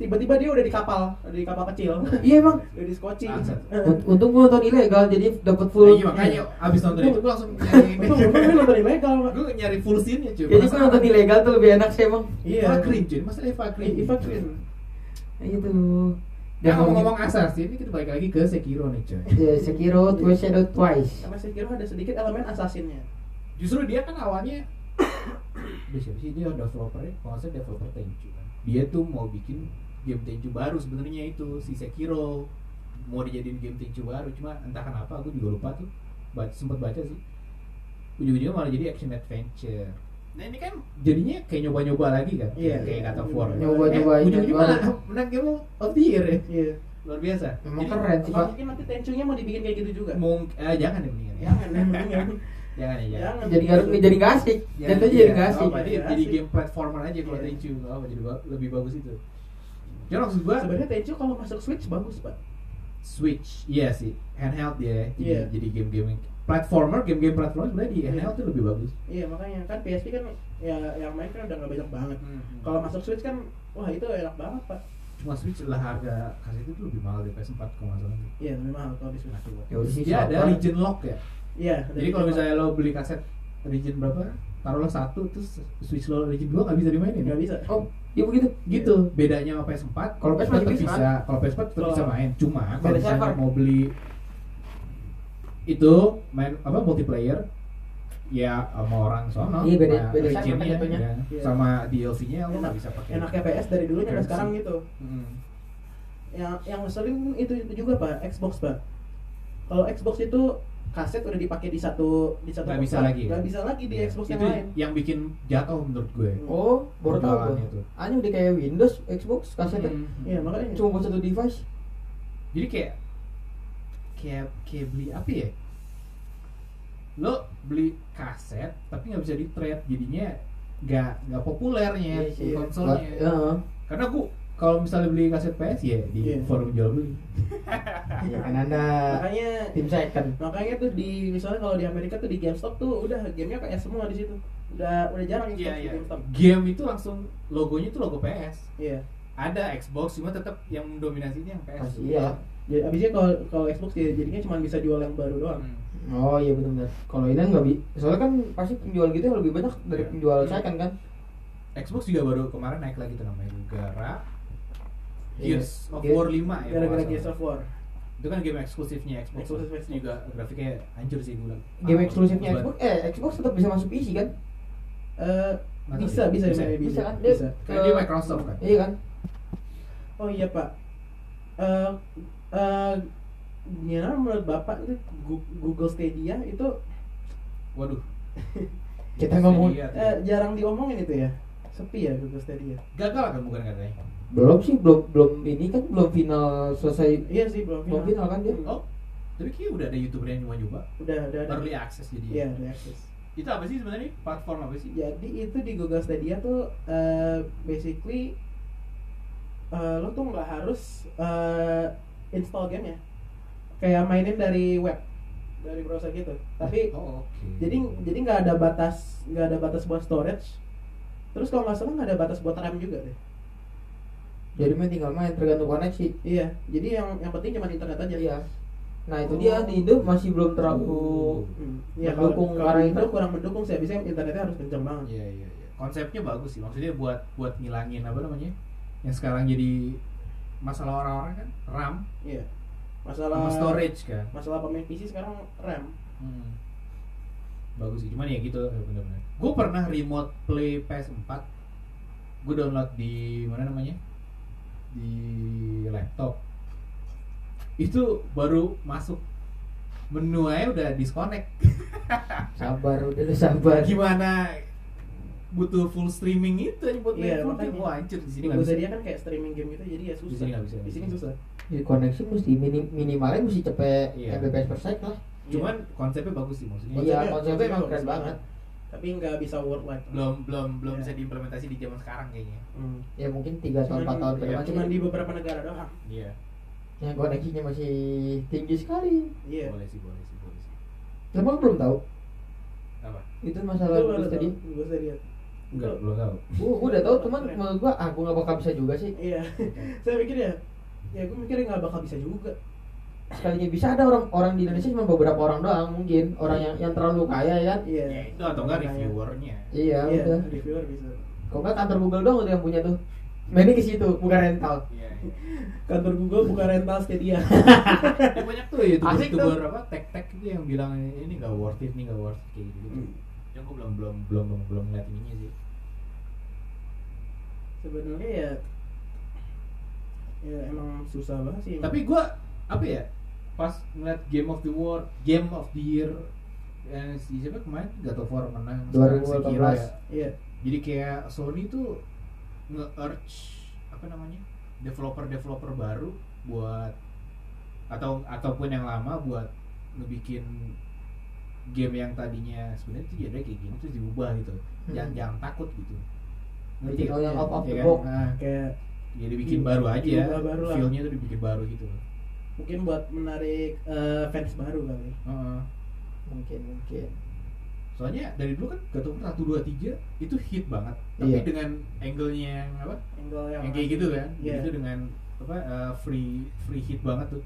S2: Tiba-tiba dia udah di kapal, udah di kapal kecil.
S1: Iya, emang.
S2: udah di scotching.
S3: Bangsat.
S1: Unt- Untung gue nonton ilegal jadi dapat
S3: Nah,
S1: full.
S3: iya makanya abis nonton itu gue langsung nyari
S2: Untung untung gue nonton ilegal. Pak.
S3: gue nyari full scene nya cuy.
S1: Jadi gue nonton ilegal tuh lebih enak sih emang.
S2: Iya.
S3: Eva Green cuy, masa Eva Green?
S2: Eva Green.
S1: Nah, Itu.
S3: Nah,
S1: Jangan
S3: ngomong-ngomong Assassin, ini kita balik lagi ke Sekiro nih coy
S1: Ya, Sekiro, Twice Shadow Twice.
S2: Karena saya kira ada sedikit elemen assassinnya.
S3: Justru dia kan awalnya Udah siapa sih dia developer Kalau nggak salah developer Tenchu kan Dia tuh mau bikin game Tenchu baru sebenarnya itu Si Sekiro Mau dijadiin game Tenchu baru Cuma entah kenapa gue juga lupa tuh baca, sempat baca sih ujung-ujungnya malah jadi action adventure
S5: Nah ini kan
S3: jadinya kayak nyoba-nyoba lagi kan
S2: Iya,
S3: kayak
S2: iya.
S3: kata Ford
S1: Nyoba-nyobain,
S3: ujung-ujungnya
S1: nyoba.
S3: malah menang game of the year ya
S2: Iya.
S3: luar biasa
S1: Emang
S5: Jadi,
S1: keren sih, Pak.
S2: Jadi nanti tencunya mau dibikin kayak gitu juga.
S3: mungkin jangan ya mendingan ya
S2: Jangan, jangan, jangan.
S3: jangan ya jangan
S2: Jangan.
S1: Jadi nggak jadi nggak asik.
S3: Jangan,
S1: Jatuhnya
S3: iya.
S1: jadi nggak asik.
S3: Nggak apa-apa, dia
S2: Nggak
S3: jadi
S2: asik.
S3: game platformer aja kalau
S2: Iya.
S3: Tenchu nggak apa jadi ba- lebih bagus itu ya maksud gua
S2: Sebenarnya tencu kalau masuk Switch bagus, Pak.
S3: Switch iya sih handheld dia ya. jadi
S2: Iya.
S3: jadi game-game yang- platformer game-game platformer sebenarnya di
S2: Iya.
S3: handheld tuh lebih bagus
S2: Iya, makanya kan PSP kan ya yang main kan udah nggak banyak banget. Kalau masuk Switch kan wah itu enak banget, Pak.
S3: cuma Switch lah harga kaset itu lebih mahal dari PS4 kalau nggak salah
S2: Iya, kan memang kalau di Switch.
S1: Ya udah sih,
S3: dia
S1: siapa?
S3: ada region lock ya
S2: Iya.
S3: jadi kalau misalnya lo beli kaset region berapa taruhlah satu terus Switch lo region dua nggak bisa dimainin
S2: nggak bisa.
S1: Oh, ya begitu.
S3: gitu bedanya sama PS4
S1: Kalau PS4
S3: tetap
S1: bisa.
S3: bisa kalau PS4 tetap
S2: Kalau-
S3: bisa main cuma kalau
S1: Beda
S3: misalnya
S1: server.
S3: mau beli itu main apa multiplayer ya sama orang sono
S1: Iya, beda-
S3: sama
S1: beda server
S3: regionnya,
S1: jatuhnya.
S3: ya.
S2: Iya.
S3: sama DLC-nya lo nggak
S2: Enak-
S3: bisa pakai
S2: Enaknya PS dari dulu
S3: Keren
S2: nyampe
S3: sih.
S2: sekarang gitu.
S3: Mm.
S2: Yang yang ngeselin itu itu juga, Pak, Xbox, Pak. Kalau Xbox itu kaset udah dipakai di satu di satu
S3: Nggak bisa
S2: tempat.
S3: lagi. ya? Iya.
S2: Nggak bisa lagi di Xbox yang
S3: itu
S2: lain.
S3: yang bikin jatuh menurut gue
S1: Oh, baru tahu gua.
S3: Perjualannya tuh.
S1: Anjing udah kayak Windows, Xbox, kasetnya
S3: Mm.
S2: Iya, makanya.
S1: cuma buat satu device.
S3: jadi kayak kayak kayak beli apa ya lo beli kaset tapi nggak bisa di trade jadinya nggak nggak populernya
S1: Iya sih.
S3: konsolnya
S1: Heeh.
S3: karena aku kalau misalnya beli kaset PS ya di
S2: Iya.
S3: forum jual beli
S1: Iya kan Anda
S2: Makanya
S1: tim second.
S2: makanya tuh di misalnya kalau di Amerika tuh di GameStop tuh udah gamenya PS semua di situ udah udah jarang yang
S5: Iya,
S2: di
S5: iya.
S2: GameStop
S3: game itu langsung logonya itu logo PS
S2: iya
S3: ada Xbox cuma tetap yang dominasinya yang PS
S1: Pasti iya.
S2: jadi abisnya kalau kalau Xbox ya jadinya cuma bisa jual yang baru doang
S5: hmm.
S1: Oh iya benar-benar. Kalau ini nggak bi, soalnya kan pasti penjual gitu yang lebih banyak dari
S3: Iya.
S1: penjual second kan.
S3: Xbox juga baru kemarin naik lagi tuh namanya gara Gears of
S1: Iya. Gears.
S3: War 5 ya kalau nggak
S2: gara-gara
S3: salah.
S2: Gears of War Eh,
S3: itu kan game eksklusifnya Xbox
S2: Eksklusif
S3: Terus
S2: Xbox.
S3: juga grafiknya hancur sih gue bilang.
S1: Game
S2: Nah,
S3: Ah,
S1: eksklusifnya
S3: bagus
S1: Xbox, eh Xbox tetap bisa masuk PC kan?
S2: Eh,
S3: Nggak tahu
S2: bisa
S3: deh.
S2: bisa
S3: Bisa.
S2: bisa, bisa,
S1: Bisa kan? Dia-
S2: bisa.
S3: banget. Karena dia Microsoft kan
S1: Iya kan?
S2: oh iya pak eh eh gimana menurut bapak itu Gu- Google Stadia itu
S3: waduh Iya,
S1: Kita ngomong
S3: Stadia tuh.
S2: eh, jarang diomongin itu ya sepi ya Google Stadia
S3: gagal kan bukan katanya
S1: belum sih belum belum ini kan belum final selesai
S2: iya sih belum
S1: belum final kan dia.
S3: oh tapi kayaknya udah ada youtuber yang nyoba-nyoba
S2: udah udah ada
S3: early access jadi
S2: iya udah akses
S3: itu apa sih sebenarnya platform apa
S1: Iya,
S3: sih
S2: jadi itu di Google Stadia tuh eh, basically eh, lo tuh nggak harus eh, install game ya kayak mainin dari web dari browser gitu tapi
S3: oh, oke
S2: jadi jadi nggak ada batas nggak ada batas buat storage terus kalau nggak salah nggak ada batas buat RAM juga deh
S1: Jadi main tinggal main tergantung koneksi.
S2: iya jadi yang yang penting cuma internet aja
S1: Iya. Nah itu dia di Indo masih belum
S3: Oh.
S1: terlalu
S2: Hmm. Iya,
S1: Mendukung
S2: kalau,
S1: arah
S2: kalau Indo
S1: internet.
S2: kurang mendukung sih, biasanya internetnya harus kencang banget.
S3: Iya iya iya. Konsepnya bagus sih. Maksudnya buat buat ngilangin apa namanya? Yang sekarang jadi masalah orang-orang kan RAM
S2: Iya. Masalah
S3: sama storage kan.
S2: Masalah pemain PC sekarang RAM.
S3: Hmm. Bagus sih. Cuman ya gitu eh, bener-bener. Gue pernah remote play PS4. Gue download di mana namanya? Di laptop. Itu baru masuk menu aja udah disconnect.
S1: sabar udah lu
S3: Iya.
S1: sabar.
S3: Gimana butuh full streaming itu aja buat main
S2: Iya,
S3: full
S2: makanya.
S3: game. Wah, anjir di sini
S2: Ini
S3: nggak bisa.
S2: dia kan kayak streaming game gitu jadi ya susah.
S3: sini nggak bisa.
S2: Di sini susah. Iya.
S1: Jadi koneksi mesti minim, minimalnya mesti cepet
S3: Iya.
S1: Mbps per second lah.
S3: Cuman konsepnya bagus sih maksudnya.
S1: Iya, konsepnya emang keren banget.
S2: Tapi nggak bisa worldwide.
S3: Belum belum belum
S2: Iya.
S3: bisa diimplementasi di zaman sekarang kayaknya.
S2: Hmm.
S1: Ya mungkin 3 tahun 4 tahun ke
S2: ya,
S1: depan
S2: cuman
S1: sih.
S2: di beberapa negara doang.
S3: Iya.
S1: Yang koneksinya masih tinggi sekali.
S2: Iya.
S3: Boleh sih, boleh sih, boleh sih.
S1: Emang belum tahu
S3: Apa?
S1: itu masalah
S2: Gua
S1: terus
S2: baru
S1: tadi.
S2: tahu, gua baru lihat.
S3: Enggak, belum tahu.
S1: Gua gua udah tahu cuman menurut gua ah gua gak bakal bisa juga sih.
S2: Iya. Saya pikir ya ya gue mikirnya nggak bakal bisa juga.
S1: Sekalinya bisa ada orang orang di Indonesia cuma beberapa orang doang mungkin orang yang yang terlalu kaya ya kan.
S2: Iya.
S3: Ya, itu atau enggak
S2: Makanya.
S3: reviewernya.
S1: Iya,
S2: Iya,
S1: udah.
S2: reviewer bisa.
S1: Kok nggak kantor Google doang tuh yang punya tuh. Mainnya ke situ bukan rental.
S3: Iya. iya.
S2: Kantor Google buka rental Stadia.
S3: Ya, banyak tuh ya
S1: Asik
S3: itu
S1: tuh.
S3: apa tag-tag itu yang bilang ini enggak worth it, ini enggak worth it kayak gitu.
S2: Hmm.
S3: Yang gue belum belum belum belum belum ngeliat ininya sih.
S2: Sebenarnya ya ya emang susah banget sih.
S3: Tapi gua apa ya?
S5: pas ngeliat Game of the War
S3: Game of the Year eh, si siapa kemarin God of War menang sekarang Sekiro
S1: 2018.
S3: ya.
S2: Iya.
S3: Jadi kayak Sony tuh nge-urge apa namanya? developer-developer baru buat atau ataupun yang lama buat ngebikin game yang tadinya sebenarnya tuh jadi kayak gini terus diubah gitu. Jangan
S1: Hmm.
S3: jangan takut gitu.
S1: Bikin yang out of
S3: Iya
S1: the
S3: kan?
S1: box. Iya,
S3: Nah,
S2: Kayak
S3: jadi bikin
S2: Di-
S3: baru aja.
S2: diubah baru lah.
S3: Feel-nya tuh dibikin baru gitu. loh.
S2: mungkin buat menarik eh, fans baru kali.
S3: Heeh.
S1: mungkin mungkin
S3: soalnya dari dulu kan Gatot satu dua tiga itu hit banget
S1: Iya.
S3: tapi dengan angle-nya yang apa
S2: Angle yang,
S3: yang kayak gitu kan
S2: Iya.
S3: itu dengan apa uh, free free hit banget tuh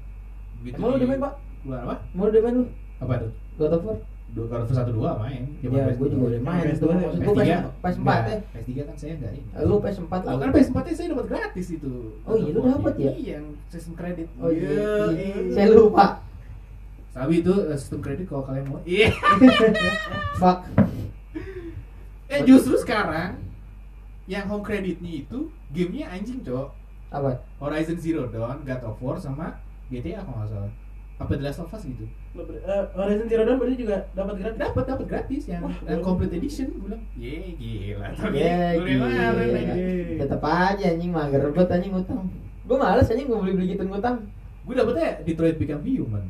S3: begitu
S1: Emang lu udah main, Pak?
S3: keluar apa
S1: mau udah main lu
S3: apa tuh
S1: God of War
S3: dua kalau satu dua main
S1: ya gue juga udah main
S2: PS2
S1: tuh
S2: ya.
S1: maksud
S3: PS3
S1: gue PS 4 eh
S3: PS3 kan saya enggak ini
S1: lu PS 4 lah
S3: Lah, kan PS4 -nya saya dapat gratis itu
S1: Oh, iya, lu dapat ya?
S3: Iya, yang sistem kredit
S1: oh iya
S2: Iya.
S1: saya lupa
S3: Tapi itu eh, sistem kredit kalau kalian mau Iya
S1: fuck
S3: Eh justru sekarang Yang home kreditnya itu Gamenya anjing cok
S1: apa
S3: Horizon Zero Dawn, God of War sama GTA kalau nggak salah. Apa The Last of Us gitu?
S2: Lebih- eh, Horizon Zero Dawn berarti juga dapat gratis.
S3: Dapat dapat gratis yang
S2: Wah,
S3: yang
S2: bagus.
S3: complete edition gue bilang. Ye gila. Tapi
S1: Ya,
S3: gue bilang, "Ah, lu
S1: gila.
S3: emang."
S1: tetep aja anjing mager banget anjing ngutang gue males anjing gue beli beli gitu ngutang
S3: Gue dapetnya Detroit Become Human.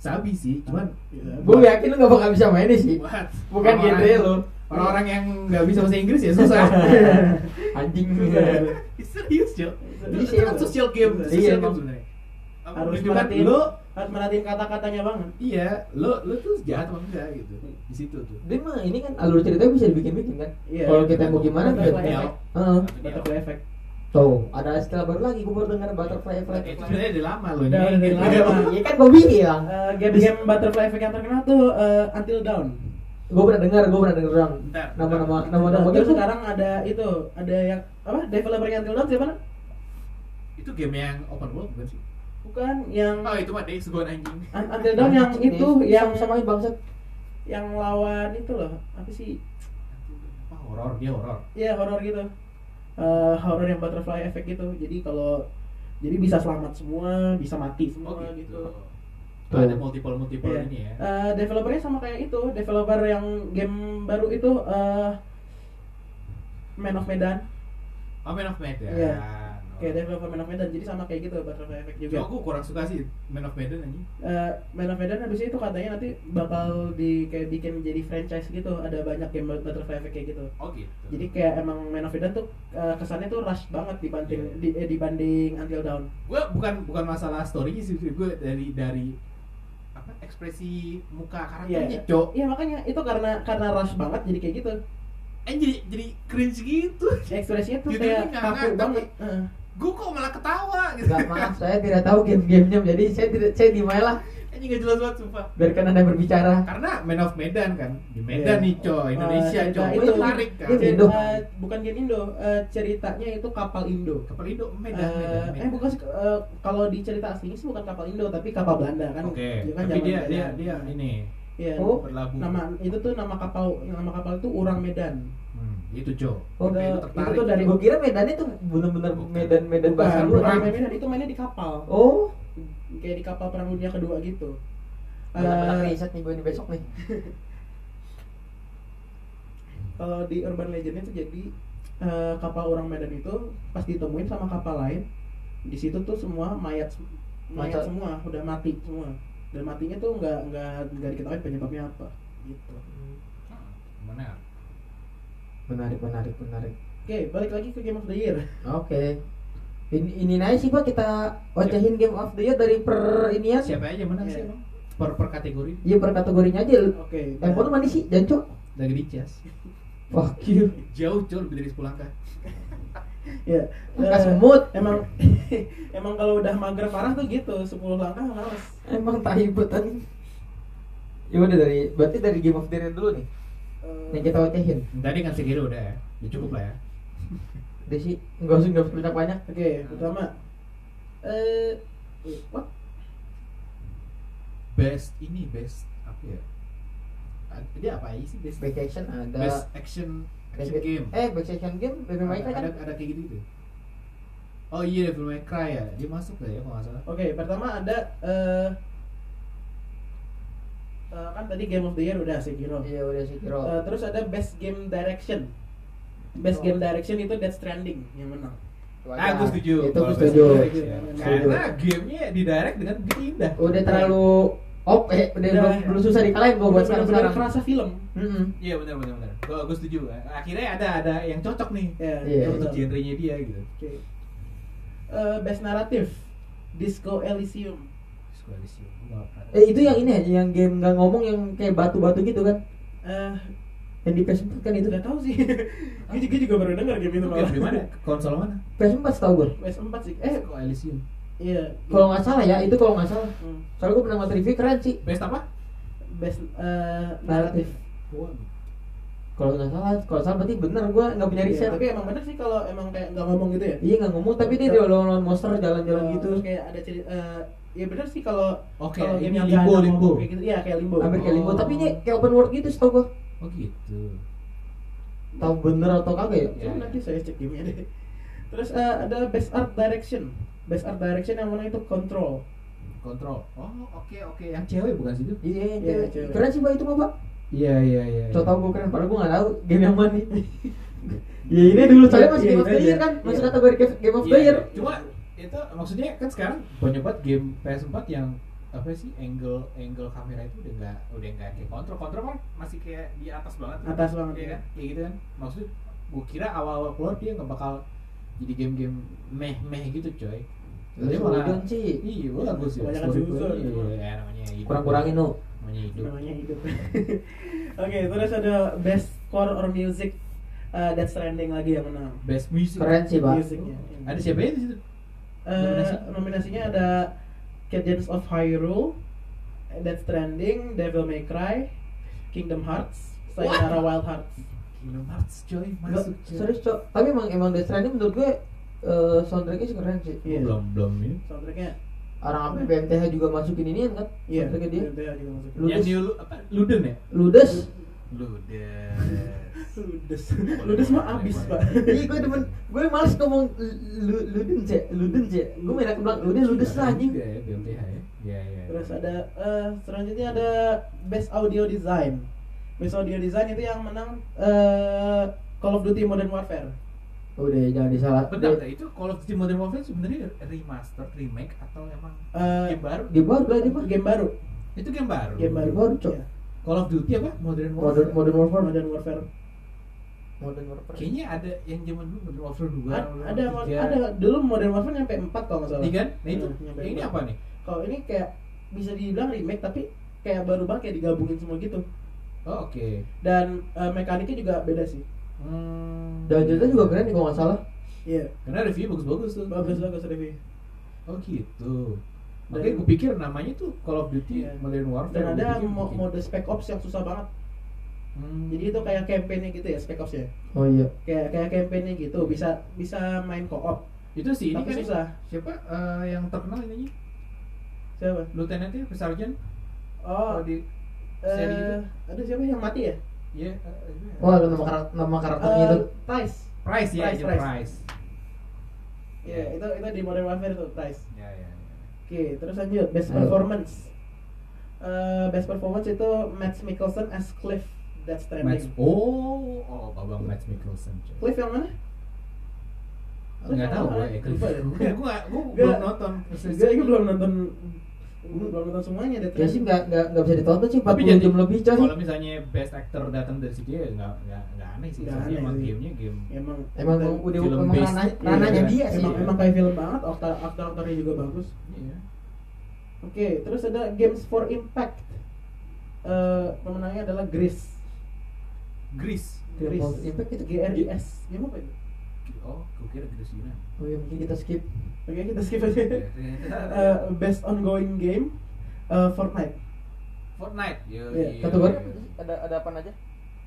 S3: Sabi sih, cuman
S2: Iya.
S1: gue yakin lu gak bakal bisa main sih
S3: buat
S1: bukan
S3: orang-orang-
S1: gitu ya lu
S3: Orang-orang yang nggak bisa bahasa Inggris ya susah.
S1: Iya.
S3: Iya.
S1: anjing
S3: ya. Serius, Cok. Itu,
S1: Bisa
S3: itu kan
S1: ya,
S3: social game,
S1: Iya,
S3: social
S1: emang.
S3: game sebenarnya. Apa,
S2: Harus
S3: menunjukkan
S2: merhatiin.
S3: lo
S2: Harus merhatiin kata-katanya banget.
S3: iya, lo lo tuh jahat apa enggak gitu. Di situ tuh.
S1: dia mah ini kan alur ceritanya bisa dibikin-bikin kan
S2: Iya.
S1: kalau kita mau gimana
S2: Butterfly
S1: kita
S2: effect.
S1: Heeh.
S3: Iya.
S2: Butterfly effect.
S1: tuh ada istilah baru lagi gue baru dengar butterfly effect
S3: Eh, Itu Iya. sebenarnya udah lama lo
S2: Udah, udah
S3: ini.
S2: lama.
S1: ya kan gue bilang
S2: Eh, game-game butterfly effect yang terkenal tuh eh, Until Dawn.
S1: gue pernah dengar gue pernah dengar orang
S3: Bentar,
S1: nama-nama
S3: bentar.
S1: nama-nama
S2: Nah, Terus
S1: gitu
S2: sekarang ada itu, ada yang apa? Developer yang Until Dawn siapa? Nan?
S3: Itu game yang open world bukan sih?
S2: Bukan yang
S3: Oh itu mah Days Gone anjing.
S2: Un- Until Dawn yang itu yang
S1: sama bangsat
S2: yang lawan itu loh. Apa sih?
S3: Apa horor dia horor.
S2: Iya, horor gitu. Eh, horor yang butterfly effect gitu. Jadi kalau jadi bisa selamat semua, bisa mati semua gitu.
S1: Tuh.
S3: Oh, Ada multiple multiple
S2: Iya.
S3: ini ya.
S2: Eh, developernya sama kayak itu, developer yang game baru itu eh Man of Medan,
S3: Oh Man of Medan.
S2: Iya.
S3: Oh.
S2: kayak developer Man of Medan, jadi sama kayak gitu Butterfly Effect juga.
S3: Cuma gue kurang suka sih Man of Medan anjing.
S2: Eh, Man of Medan habis itu katanya nanti bakal di kayak bikin jadi franchise gitu, ada banyak game Butterfly Effect kayak gitu.
S3: Oh gitu.
S2: Jadi kayak emang Man of Medan tuh eh, kesannya tuh rush banget dibanding
S3: Iya.
S2: di- eh, dibanding Until Dawn.
S3: gue bukan bukan masalah story sih gue dari dari apa ekspresi muka karakternya
S2: Iya.
S3: cok
S2: Iya makanya itu karena karena rush banget jadi kayak gitu.
S3: eh jadi jadi cringe gitu
S2: Ekspresinya tuh
S3: Judulnya
S2: kayak
S3: nganga,
S2: kaku
S3: tapi-
S2: banget. Eh. Heeh.
S3: gue kok malah ketawa gitu
S1: Enggak maaf, saya tidak tahu game-gamenya, jadi saya tidak saya dimulai lah
S3: anjing gak jelas banget sumpah
S1: biarkan anda berbicara.
S3: karena Man of Medan kan di Medan
S2: Iya.
S3: nih cok Indonesia
S2: Eh,
S3: cok
S2: cerita
S3: itu
S2: itu.
S3: menarik kan
S1: Iya,
S2: Cer-
S1: Indo.
S2: eh, bukan game Indo, eh, ceritanya itu kapal Indo.
S3: kapal Indo Medan,
S2: Eh,
S3: Medan, Medan.
S2: eh bukan sih, eh, kalau di cerita aslinya sih bukan kapal Indo tapi kapal Belanda kan.
S3: Oke,
S2: Dia kan
S3: tapi
S2: zaman
S3: dia
S2: Belanda.
S3: dia dia ini
S2: Iya.
S1: Oh.
S3: berlabuh.
S2: Nama itu tuh nama kapal nama kapal itu Urang Medan.
S3: Hmm, itu Jo.
S1: Oh,
S3: Oke,
S2: itu-
S3: itu tertarik.
S2: itu tuh dari
S1: Gue kira medannya tuh bener-bener
S3: Bukan.
S1: medan-medan bahasa
S2: Bukan,
S1: luar.
S2: Urang Medan itu mainnya di kapal.
S1: Oh,
S2: Kayak di kapal perang dunia kedua gitu.
S1: benar-benar
S2: Eh,
S1: riset nih gue nih besok nih.
S2: kalau eh, di urban legendnya tuh jadi eh, kapal orang Medan itu pas ditemuin sama kapal lain di situ tuh semua mayat mayat
S1: Mayat.
S2: semua udah mati semua dan matinya tuh nggak nggak nggak diketahui penyebabnya apa gitu
S3: Ah, Mana?
S1: Menarik, menarik, menarik.
S2: oke balik lagi ke game of the year
S1: Oke. Ini, ini naik sih pak kita ocehin game of the year dari per ini ya.
S3: Siapa aja menang sih
S2: Iya.
S3: emang? Per per kategori
S1: Ya per kategorinya aja.
S2: oke
S1: Handphone lu mana sih, Janco?
S3: dari dicas.
S1: Fuck you.
S3: Jauh jauh lebih dari 10 langkah.
S2: ya
S1: Langkah
S2: eh,
S1: semut.
S2: emang emang kalau udah mager parah tuh gitu 10 langkah males
S1: Emang tai betan. Ya udah dari berarti dari game of the year dulu nih
S2: Eh,
S1: yang kita ocehin.
S3: Tadi kan segitu udah ya. Ya cukup lah ya.
S1: Desi nggak usah nggak usah banyak-banyak.
S2: oke pertama eh what
S3: Best ini best apa ya? Ah, Dia apa aja sih best?
S1: Back action ada.
S3: Best action action game.
S1: Eh, back action game lebih baik
S3: ada,
S1: kan?
S3: ada, ada kayak gitu gitu. Oh iya, Devil May Cry ya. Dia masuk lah ya kalau ya, nggak salah.
S2: Oke, pertama ada eh, eh, kan tadi Game of the Year udah Sekiro.
S1: Iya udah Sekiro.
S2: Eh, terus ada Best Game Direction. Best
S1: Oh.
S2: Game Direction itu Death Stranding yang menang.
S3: Ah, gue
S1: Itu
S3: setuju. Kalau
S1: gue setuju.
S3: Best Direction.
S1: Setuju.
S3: Karena gamenya didirect dengan begitu indah.
S1: Udah terlalu op, eh, udah
S2: Udah.
S1: belum- belum susah dikalahin gue buat sekarang
S2: benar
S1: sekarang.
S2: kerasa film.
S1: Mm-mm.
S3: Iya benar benar benar. Gue gue setuju. Akhirnya ada ada yang cocok nih
S2: Ya,
S1: Iya,
S2: betul.
S3: untuk genrenya dia gitu.
S2: Oke. Eh, best Narrative Disco Elysium.
S3: Squadisium.
S1: Eh itu yang ini aja yang game nggak ngomong yang kayak batu-batu gitu kan?
S2: Eh,
S1: Yang di PS4 kan itu
S2: nggak tahu sih. gue juga, juga baru dengar game itu
S3: Itu
S2: malah.
S3: game di mana? Konsol mana?
S1: PS4 setahu gue.
S2: PS4 sih. Eh,
S3: Eh, kok Elysium.
S2: iya.
S1: Kalau nggak salah ya itu kalau nggak salah.
S2: Hmm.
S1: Soalnya gue pernah nonton review keren sih.
S3: Best apa?
S2: Best eh,
S1: Naratif.
S2: Narrative.
S1: Kalau nggak salah, kalau salah berarti bener gue nggak punya
S2: Iya,
S1: riset.
S2: tapi emang bener sih kalau emang kayak nggak ngomong gitu ya.
S1: Iya nggak ngomong tapi dia dia lawan monster
S2: Eh,
S1: jalan-jalan gitu.
S2: terus kayak ada cerita eh, ya bener sih kalau
S3: Oke,
S2: kalau game
S3: ini
S2: yang
S3: Limbo,
S2: nggak ada
S3: Limbo.
S2: ngomong kayak gitu. Iya, kayak Limbo.
S1: Hampir kayak limbo
S3: Oh.
S1: tapi ini kayak open world gitu setahu gue.
S3: Oh gitu.
S1: Tahu bener atau kagak ya?
S2: Coba Oh, nanti saya cek gamenya deh. Terus eh, ada Best Art Direction. Best Art Direction yang mana itu Control.
S3: Kontrol. Oh, oke oke. Yang cewek bukan situ?
S1: Iya,
S2: Iya,
S1: iya,
S2: cewek.
S1: keren sih pak itu mah pak.
S3: Iya iya iya.
S1: Coba tau gue keren, padahal gue gak tau game yang mana Ya ini dulu, soalnya masih
S2: Iya,
S1: Game of the
S2: iya,
S1: Year
S2: iya.
S1: kan, masih
S2: Iya.
S1: kategori Game- Game of the Year
S3: Cuma itu maksudnya kan sekarang banyak banget game PS4 yang apa sih angle angle kamera itu udah nggak udah nggak kayak kontrol kontrol kan masih kayak di atas banget
S2: Atas banget,
S3: Iya
S2: iya.
S3: kan kayak gitu kan maksud gue kira awal awal keluar dia nggak bakal jadi game-game meh meh gitu coy
S1: Terus kemudian sih,
S3: iya bagus ya
S2: Kebanyakan
S3: story
S2: susun.
S3: play, iya namanya hidup.
S1: kurang-kurangin lo
S3: namanya hidup
S2: namanya hidup. Oke, terus ada best score or music eh Death Stranding lagi yang menang.
S3: best music
S1: Keren sih pak
S2: Musiknya.
S3: ada siapa ya di situ
S2: Eh,
S3: Nominasi?
S2: nominasinya ada Cadence of Hyrule, Death Stranding, Devil May Cry, Kingdom Hearts, Sayonara Wild Hearts.
S3: Kingdom Hearts coy
S1: Nggak,
S3: masuk coy.
S1: Serius cok, tapi emang emang Death Stranding menurut gue eh, soundtracknya sih keren sih
S2: Iya.
S3: belum belum ini
S2: Soundtracknya
S1: Orang apa ya, BMTH juga masukin ini kan
S2: iya,
S1: soundtracknya dia
S2: dia juga masuk.
S1: Ludes.
S3: yang di Lu- apa Luden ya
S1: Ludes
S3: Ludes
S2: Ludes. Ludes mah abis, Pak.
S1: Iya gue demen, gue males ngomong lu- Ludens ya, Ludens ya Gue main ke belakang, udah Ludes lah anjing
S3: Juga ya BMTH ya iya iya
S2: Terus ada eh, selanjutnya ada Best Audio Design. Best Audio Design itu yang menang eh, Call of Duty Modern Warfare.
S1: Oh, Udah jangan disalah
S3: Bentar, bentar, itu Call of Duty Modern Warfare sebenarnya remaster, remake atau emang
S2: Eh,
S3: game baru?
S1: Dia baru lah dia mah
S2: game baru,
S3: Itu game baru.
S2: game baru.
S1: baru, Cok.
S2: Iya,
S3: Call of Duty apa? Modern Warfare.
S1: Modern, modern Warfare
S2: Modern Warfare.
S1: Modern Warfare
S3: Kayaknya ada yang zaman dulu Modern Warfare 2.
S2: Ad-
S3: Modern
S2: ada
S3: Warfare
S2: ada dulu Modern Warfare nyampe 4 kalau nggak
S3: 3.
S2: salah.
S3: Tiga kan? Nah itu.
S2: Iya, nyampe
S3: ini
S2: empat.
S3: apa nih?
S2: Kalau ini kayak bisa dibilang remake tapi kayak baru banget kayak digabungin semua gitu.
S3: Oh, oke.
S2: Dan eh, mekaniknya juga beda sih.
S3: Hmm.
S1: Dan cerita juga keren nih kalau nggak salah.
S2: Iya,
S3: Karena review bagus-bagus tuh.
S2: bagus bagus review.
S3: Oh gitu.
S2: Dan-
S3: Makanya gue pikir namanya tuh Call of Duty
S2: Iya.
S3: Modern Warfare.
S2: Dan
S3: Gua
S2: ada
S3: pikir
S2: mo-
S3: mungkin.
S2: mode Spec Ops yang susah banget.
S3: Hmm.
S2: Jadi itu kayak campaign-nya gitu ya Spec Ops ya.
S1: Oh iya.
S2: kayak kayak campaign-nya gitu bisa bisa main co-op
S3: itu sih ini
S2: tapi
S3: kan
S2: susah.
S3: siapa eh, yang terkenal ini
S2: siapa
S3: lieutenantnya sergeant
S2: oh
S3: kalau di
S2: eh,
S3: seri itu.
S2: ada siapa yang mati ya
S3: ya eh,
S1: Wah, ada nama karakter nama karakternya
S2: Eh,
S1: itu.
S2: Price
S3: price ya
S2: Price,
S3: itu
S2: Price.
S3: price
S2: ya itu itu di Modern Warfare itu Price
S3: ya ya ya.
S2: oke terus lanjut best
S1: Ayo.
S2: performance Eh, best performance itu Mads Mikkelsen as Cliff Death
S3: Mads
S2: Stranding
S3: oh oh abang Mads Mikkelsen coy
S2: Cliff yang mana
S3: nggak tahu gue
S1: eh,
S3: ya
S2: Lupa ya.
S3: gue gue
S2: Nggak.
S3: belum nonton
S2: gue juga belum nonton gue belum nonton semuanya Death
S1: Ya sih
S2: Stranding.
S1: nggak nggak nggak bisa ditonton sih.
S3: Tapi
S1: 40
S3: jadi-
S1: jam lebih coy.
S3: kalau misalnya best actor datang dari situ ya nggak nggak nggak aneh sih
S2: Nggak
S3: soalnya
S2: aneh
S3: emang
S2: sih.
S3: gamenya game
S2: emang
S1: Emang
S2: dan-
S1: emang udah
S3: film
S1: emang
S3: based.
S1: ranah-
S3: Iya,
S1: ranahnya
S3: iya.
S1: dia sih.
S2: emang,
S3: Iya.
S2: emang kayak film banget aktor aktor aktornya juga bagus
S3: Iya.
S2: Oke, terus ada Games for Impact. Eh, pemenangnya adalah Gris.
S3: Greece
S1: Game of Impact itu
S2: GRIS. Game apa itu?
S3: oh gue kira Greece Yunan
S1: Oh iya mungkin kita skip.
S2: Oke, kita skip aja. Eh, best ongoing game eh, Fortnite.
S3: Fortnite yo
S2: Iya,
S3: iya.
S1: Satu bar.
S6: ada ada apa aja?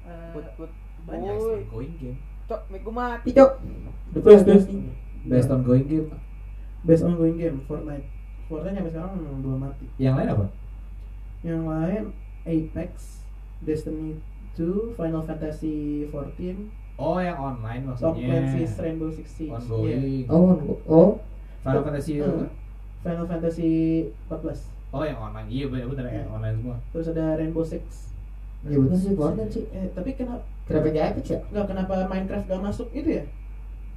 S2: Eh,
S6: Put put.
S3: banyak sih ongoing game
S6: Cok, mic gua mati.
S1: Picok.
S2: betul, betul.
S3: best ongoing game
S2: Best ongoing game Fortnite. Fortnite sampai sekarang memang belum mati.
S3: yang lain apa
S2: Yang lain Apex, Destiny 2, Final Fantasy 14,
S3: Oh yang online
S2: Tom
S3: maksudnya.
S2: Clancy's Rainbow Six Siege,
S3: Ongoing.
S2: Iya.
S1: Oh oh.
S3: Final Fantasy
S2: Eh, Final Fantasy 14.
S3: oh yang online iya bener bener ya
S2: Hmm.
S3: online semua
S2: terus ada Rainbow Six
S1: Ya bener sih Fortnite sih.
S2: eh tapi kenapa
S1: Kenapa nggak Epic ya?
S2: nggak kenapa Minecraft gak masuk itu ya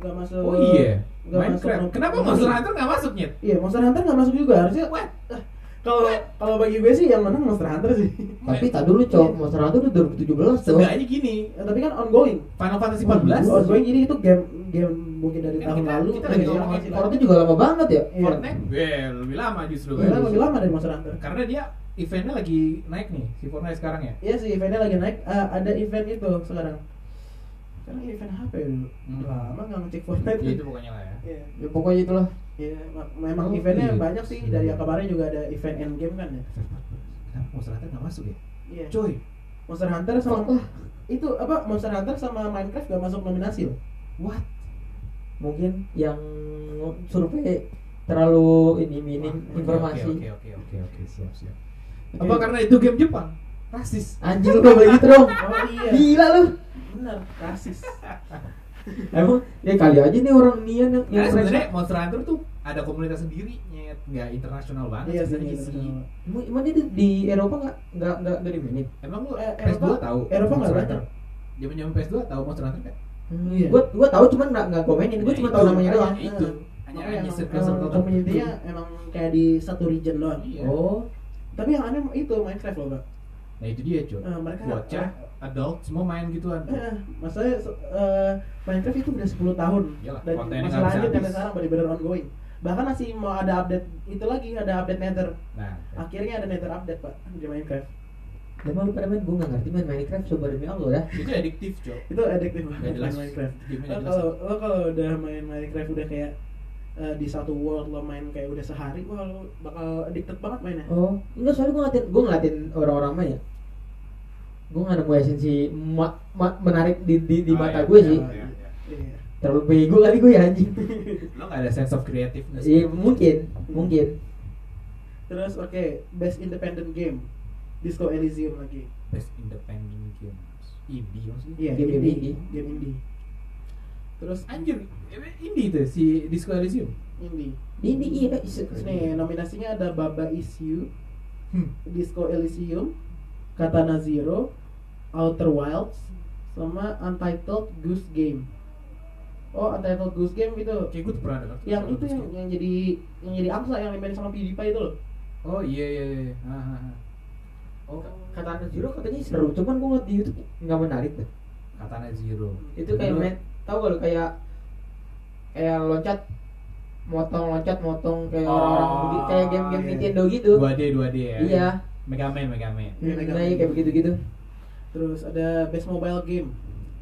S2: nggak masuk
S3: oh iya
S2: Eh, nggak
S3: Minecraft
S2: masuk-
S3: kenapa Monster Hunter nggak masuk nyet
S2: iya Monster Hunter nggak masuk juga harusnya wah ah, kalau kalau bagi gue sih yang menang Monster Hunter sih
S1: Tapi tak dulu cok, Monster Hunter udah 2017 cok.
S3: Seenggaknya gini
S2: Ya, tapi kan ongoing
S3: Final Fantasy
S1: Oh,
S3: 14
S2: ongoing jadi itu game game mungkin dari
S3: Kan
S2: tahun
S3: kita-
S2: lalu
S3: kita
S2: kan
S3: lagi
S2: ya.
S3: ngomongin
S2: Fortnite
S1: Fortnite juga lama banget ya.
S2: iya.
S3: Fortnite weh, lebih lama justru
S2: Gila,
S3: kan
S2: lebih lama dari Monster Hunter
S3: karena dia eventnya lagi naik nih si Fortnite sekarang ya
S2: Iya sih, eventnya lagi naik. Eh, ada event itu sekarang. Sekarang event HP dulu.
S3: Hmm.
S2: Lama nggak ngecek
S3: ya
S2: Fortnite.
S3: itu pokoknya lah ya
S2: Iya.
S1: Ya pokoknya itulah.
S2: Iya, ma- memang
S3: Oh,
S2: eventnya
S3: iya.
S2: banyak sih. Dari yang kemarin juga ada event endgame kan ya.
S3: kenapa Monster Hunter nggak masuk ya
S2: Iya.
S3: coy
S2: Monster Hunter sama itu apa Monster Hunter sama Minecraft gak masuk nominasi loh.
S3: what
S1: Mungkin yang survei terlalu ini minim
S3: Wah,
S1: informasi.
S3: oke oke oke oke oke siap siap apa karena itu game Jepang rasis
S1: Anjing lu boleh gitu dong.
S2: Oh iya,
S1: Gila lu.
S2: benar rasis.
S1: Emang ya kali aja nih orang Nian yang yang
S3: Karena Nah, Ya,
S2: Iya,
S3: sebenarnya
S1: mereka-
S3: Monster Hunter tuh ada komunitas sendiri, nyet. Nggak internasional banget
S2: Iya sih.
S3: sebenarnya sih.
S2: bener.
S1: Emang emang dia di, di Eropa nggak nggak nggak nggak dimainin?
S3: Emang lu
S2: Eh,
S3: PS2
S2: Eropa-
S3: tahu?
S2: Eropa nggak
S3: Monster
S2: banyak.
S3: Hunter? Zaman zaman PS2 tahu Monster Hunter nggak?
S2: Iya.
S1: Gua gua tahu cuman nggak nggak komenin. Gua
S3: Ya,
S1: cuma
S3: itu.
S1: tahu namanya doang.
S3: Ya, Itu hanya
S2: Makanya
S3: hanya
S2: emang-
S3: circle
S2: emang
S3: circle
S2: Eh, community-nya emang kayak di satu region doang.
S3: Iya.
S1: Oh,
S2: Tapi yang aneh itu Minecraft loh, Bang.
S3: Nah itu dia cuy.
S2: Eh, mereka
S3: Bocah, adult semua main gituan.
S2: Eh, masalahnya eh, Minecraft itu udah 10 tahun
S3: Iyalah,
S2: dan
S3: kontennya
S2: masih
S3: nggak bisa
S2: lanjut sampai
S3: habis.
S2: sekarang benar-benar ongoing. Bahkan masih mau ada update itu lagi, ada update Nether.
S3: Nah,
S2: Akhirnya ada Nether update, Pak, di Minecraft.
S1: emang lu pada main gua nggak ngerti main Minecraft coba demi Allah ya. dah.
S3: itu adiktif cuy.
S2: Itu addictive
S3: Nggak
S2: banget
S3: jelas.
S2: main Minecraft.
S3: Game
S2: Lo kalau lo kalau udah main Minecraft udah kayak eh, di satu world lo main kayak udah sehari, wah lo bakal addicted banget mainnya.
S1: Oh, enggak soalnya gue ngeliatin gue ngeliatin orang-orang main ya. Gue nggak nemu esensi ma- ma- menarik di di, di mata gue sih.
S2: iya. Iya.
S1: Terlalu bego kali gue ya anjing.
S3: Lo nggak ada sense of creativeness.
S1: Iya mungkin, mungkin.
S2: Terus oke, best independent game. Disco Elysium lagi.
S3: Best independent games. Indie maksudnya.
S2: Iya,
S1: Game
S2: game, indie.
S1: indie.
S2: Game indie. Terus
S3: Anjir, eh, indie tuh si Disco Elysium.
S2: indie.
S1: Ini iya is-
S2: Nih, nominasinya ada Baba Is You,
S3: Hmm.
S2: Disco Elysium, Katana Zero, Outer Wilds, sama Untitled Goose Game. Oh, Untitled Goose Game itu
S3: Kayak gue tuh pernah dengar. tuh
S2: yang
S3: soal
S2: itu yang,
S3: Disco.
S2: yang jadi yang jadi angsa yang dimain sama PewDiePie itu loh.
S3: Oh iya iya iya. Ah, ah, ah.
S1: Oh, kata Anak Zero katanya seru, cuman gue ngeliat di YouTube nggak menarik tuh.
S3: Katana Zero.
S1: Itu kayak
S3: Lu-
S1: main, tau gak lu kayak kayak loncat motong loncat motong kayak
S3: Oh,
S1: orang-orang begitu kayak game-game
S2: iya.
S1: Nintendo gitu.
S3: 2D 2D ya.
S1: Iya,
S3: Mega Man Mega Man.
S1: Hmm,
S2: Kayak
S1: nah, iya,
S2: Mega
S1: kayak
S2: Man.
S1: begitu-gitu.
S2: Terus ada Best Mobile Game.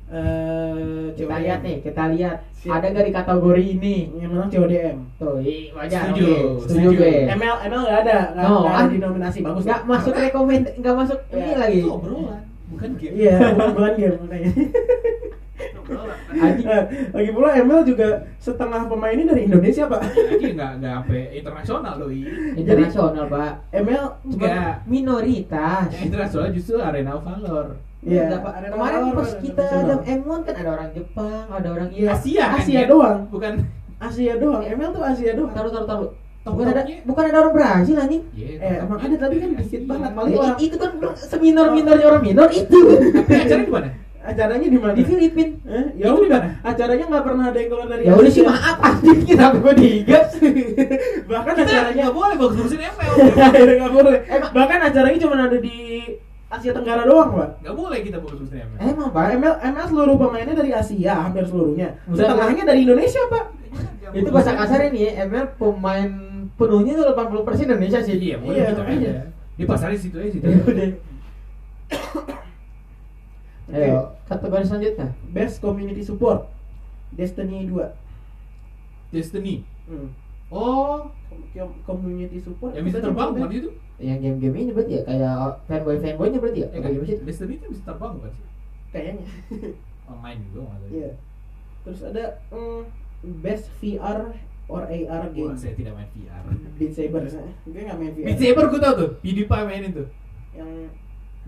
S2: Eh,
S1: Kita
S2: CODM.
S1: lihat nih, kita lihat
S2: Siap.
S1: ada gak di kategori ini.
S2: Yang menang CODM.
S1: Tuh, i- wajar.
S3: Setuju,
S1: oke. setuju
S3: setuju.
S1: gue.
S2: ML ML nggak ada, nggak
S1: No,
S2: nggak ada
S1: Iya. ah.
S2: di nominasi bagus.
S1: Enggak masuk rekomend, enggak masuk
S2: Ya,
S1: ini lagi.
S3: Itu obrolan, bukan game.
S2: Iya, bukan- bukan game makanya.
S3: Itu obrolan.
S1: Aji,
S2: Eh, Lagi pula ML juga setengah pemainnya dari Indonesia, Pak.
S3: Jadi nggak nggak sampai internasional loh i.
S1: internasional, Pak.
S2: ML
S1: Cuma
S3: Enggak.
S1: minoritas.
S3: Yang internasional justru Arena of Valor.
S2: Iya.
S1: Enggak, Pak.
S2: Arena
S1: Kemarin
S2: Valor,
S1: pas
S2: Arena
S1: kita ada
S2: Internasional.
S1: M1 kan ada orang Jepang, ada orang
S2: Iya.
S1: Iya.
S3: Asia kan,
S2: Asia
S3: ya?
S2: doang.
S3: Bukan.
S2: Asia doang. ML tuh Asia doang.
S1: Taruh taruh taruh.
S3: Top-topnya.
S1: Bukan ada bukan ada orang Brazil anjing.
S3: Iya.
S2: Eh,
S3: tetap.
S2: makanya tadi kan dikit banget
S1: Ya,
S2: paling orang.
S1: i- itu kan seminor-minornya orang minor itu
S3: Tapi acaranya di mana?
S2: Acaranya di mana?
S1: di Filipina.
S2: Eh, ya
S3: Itu di
S2: udah.
S3: mana?
S2: Acaranya nggak pernah ada yang keluar dari.
S1: Ya udah
S2: Asia.
S1: sih maaf anjing kenapa gue digas.
S2: Bahkan
S3: Kita
S2: acaranya
S3: nggak boleh bagus bagusin ML.
S2: nggak boleh.
S1: Emang-
S2: Bahkan acaranya cuma ada di Asia Tenggara doang, Pak.
S3: Nggak boleh kita bagus bagusin ML.
S1: Emang Pak,
S2: ML, ML seluruh pemainnya dari Asia, hampir seluruhnya.
S1: Udah,
S2: Setengahnya dari Indonesia, Pak.
S1: itu bahasa kasarnya nih ya, ML pemain penuhnya tuh 80% Indonesia sih
S3: Iya, boleh
S2: Iya,
S3: gitu aja.
S2: makanya. Iya,
S3: Di pasarnya situ aja situ.
S1: Ya udah. Ayo, kategori selanjutnya
S2: Best Community Support. Destiny 2.
S3: Destiny.
S2: Hmm.
S3: Oh,
S2: Com- Community support.
S3: yang Ya, bisa terbang bukan itu?
S1: yang game-game ini berarti ya kayak fanboy fanboynya berarti ya
S3: Eh,
S1: kayak
S3: kan?
S1: gimana sih
S3: Destiny itu bisa terbang bukan sih?
S2: Kayaknya.
S3: Online juga nggak ada.
S2: Iya. Terus ada mm, best VR or AR game. Iya.
S3: Wah, saya tidak main VR.
S2: Beat Saber. Gue nggak main VR.
S3: Beat Saber gue tau tuh, PewDiePie mainin tuh.
S2: Yang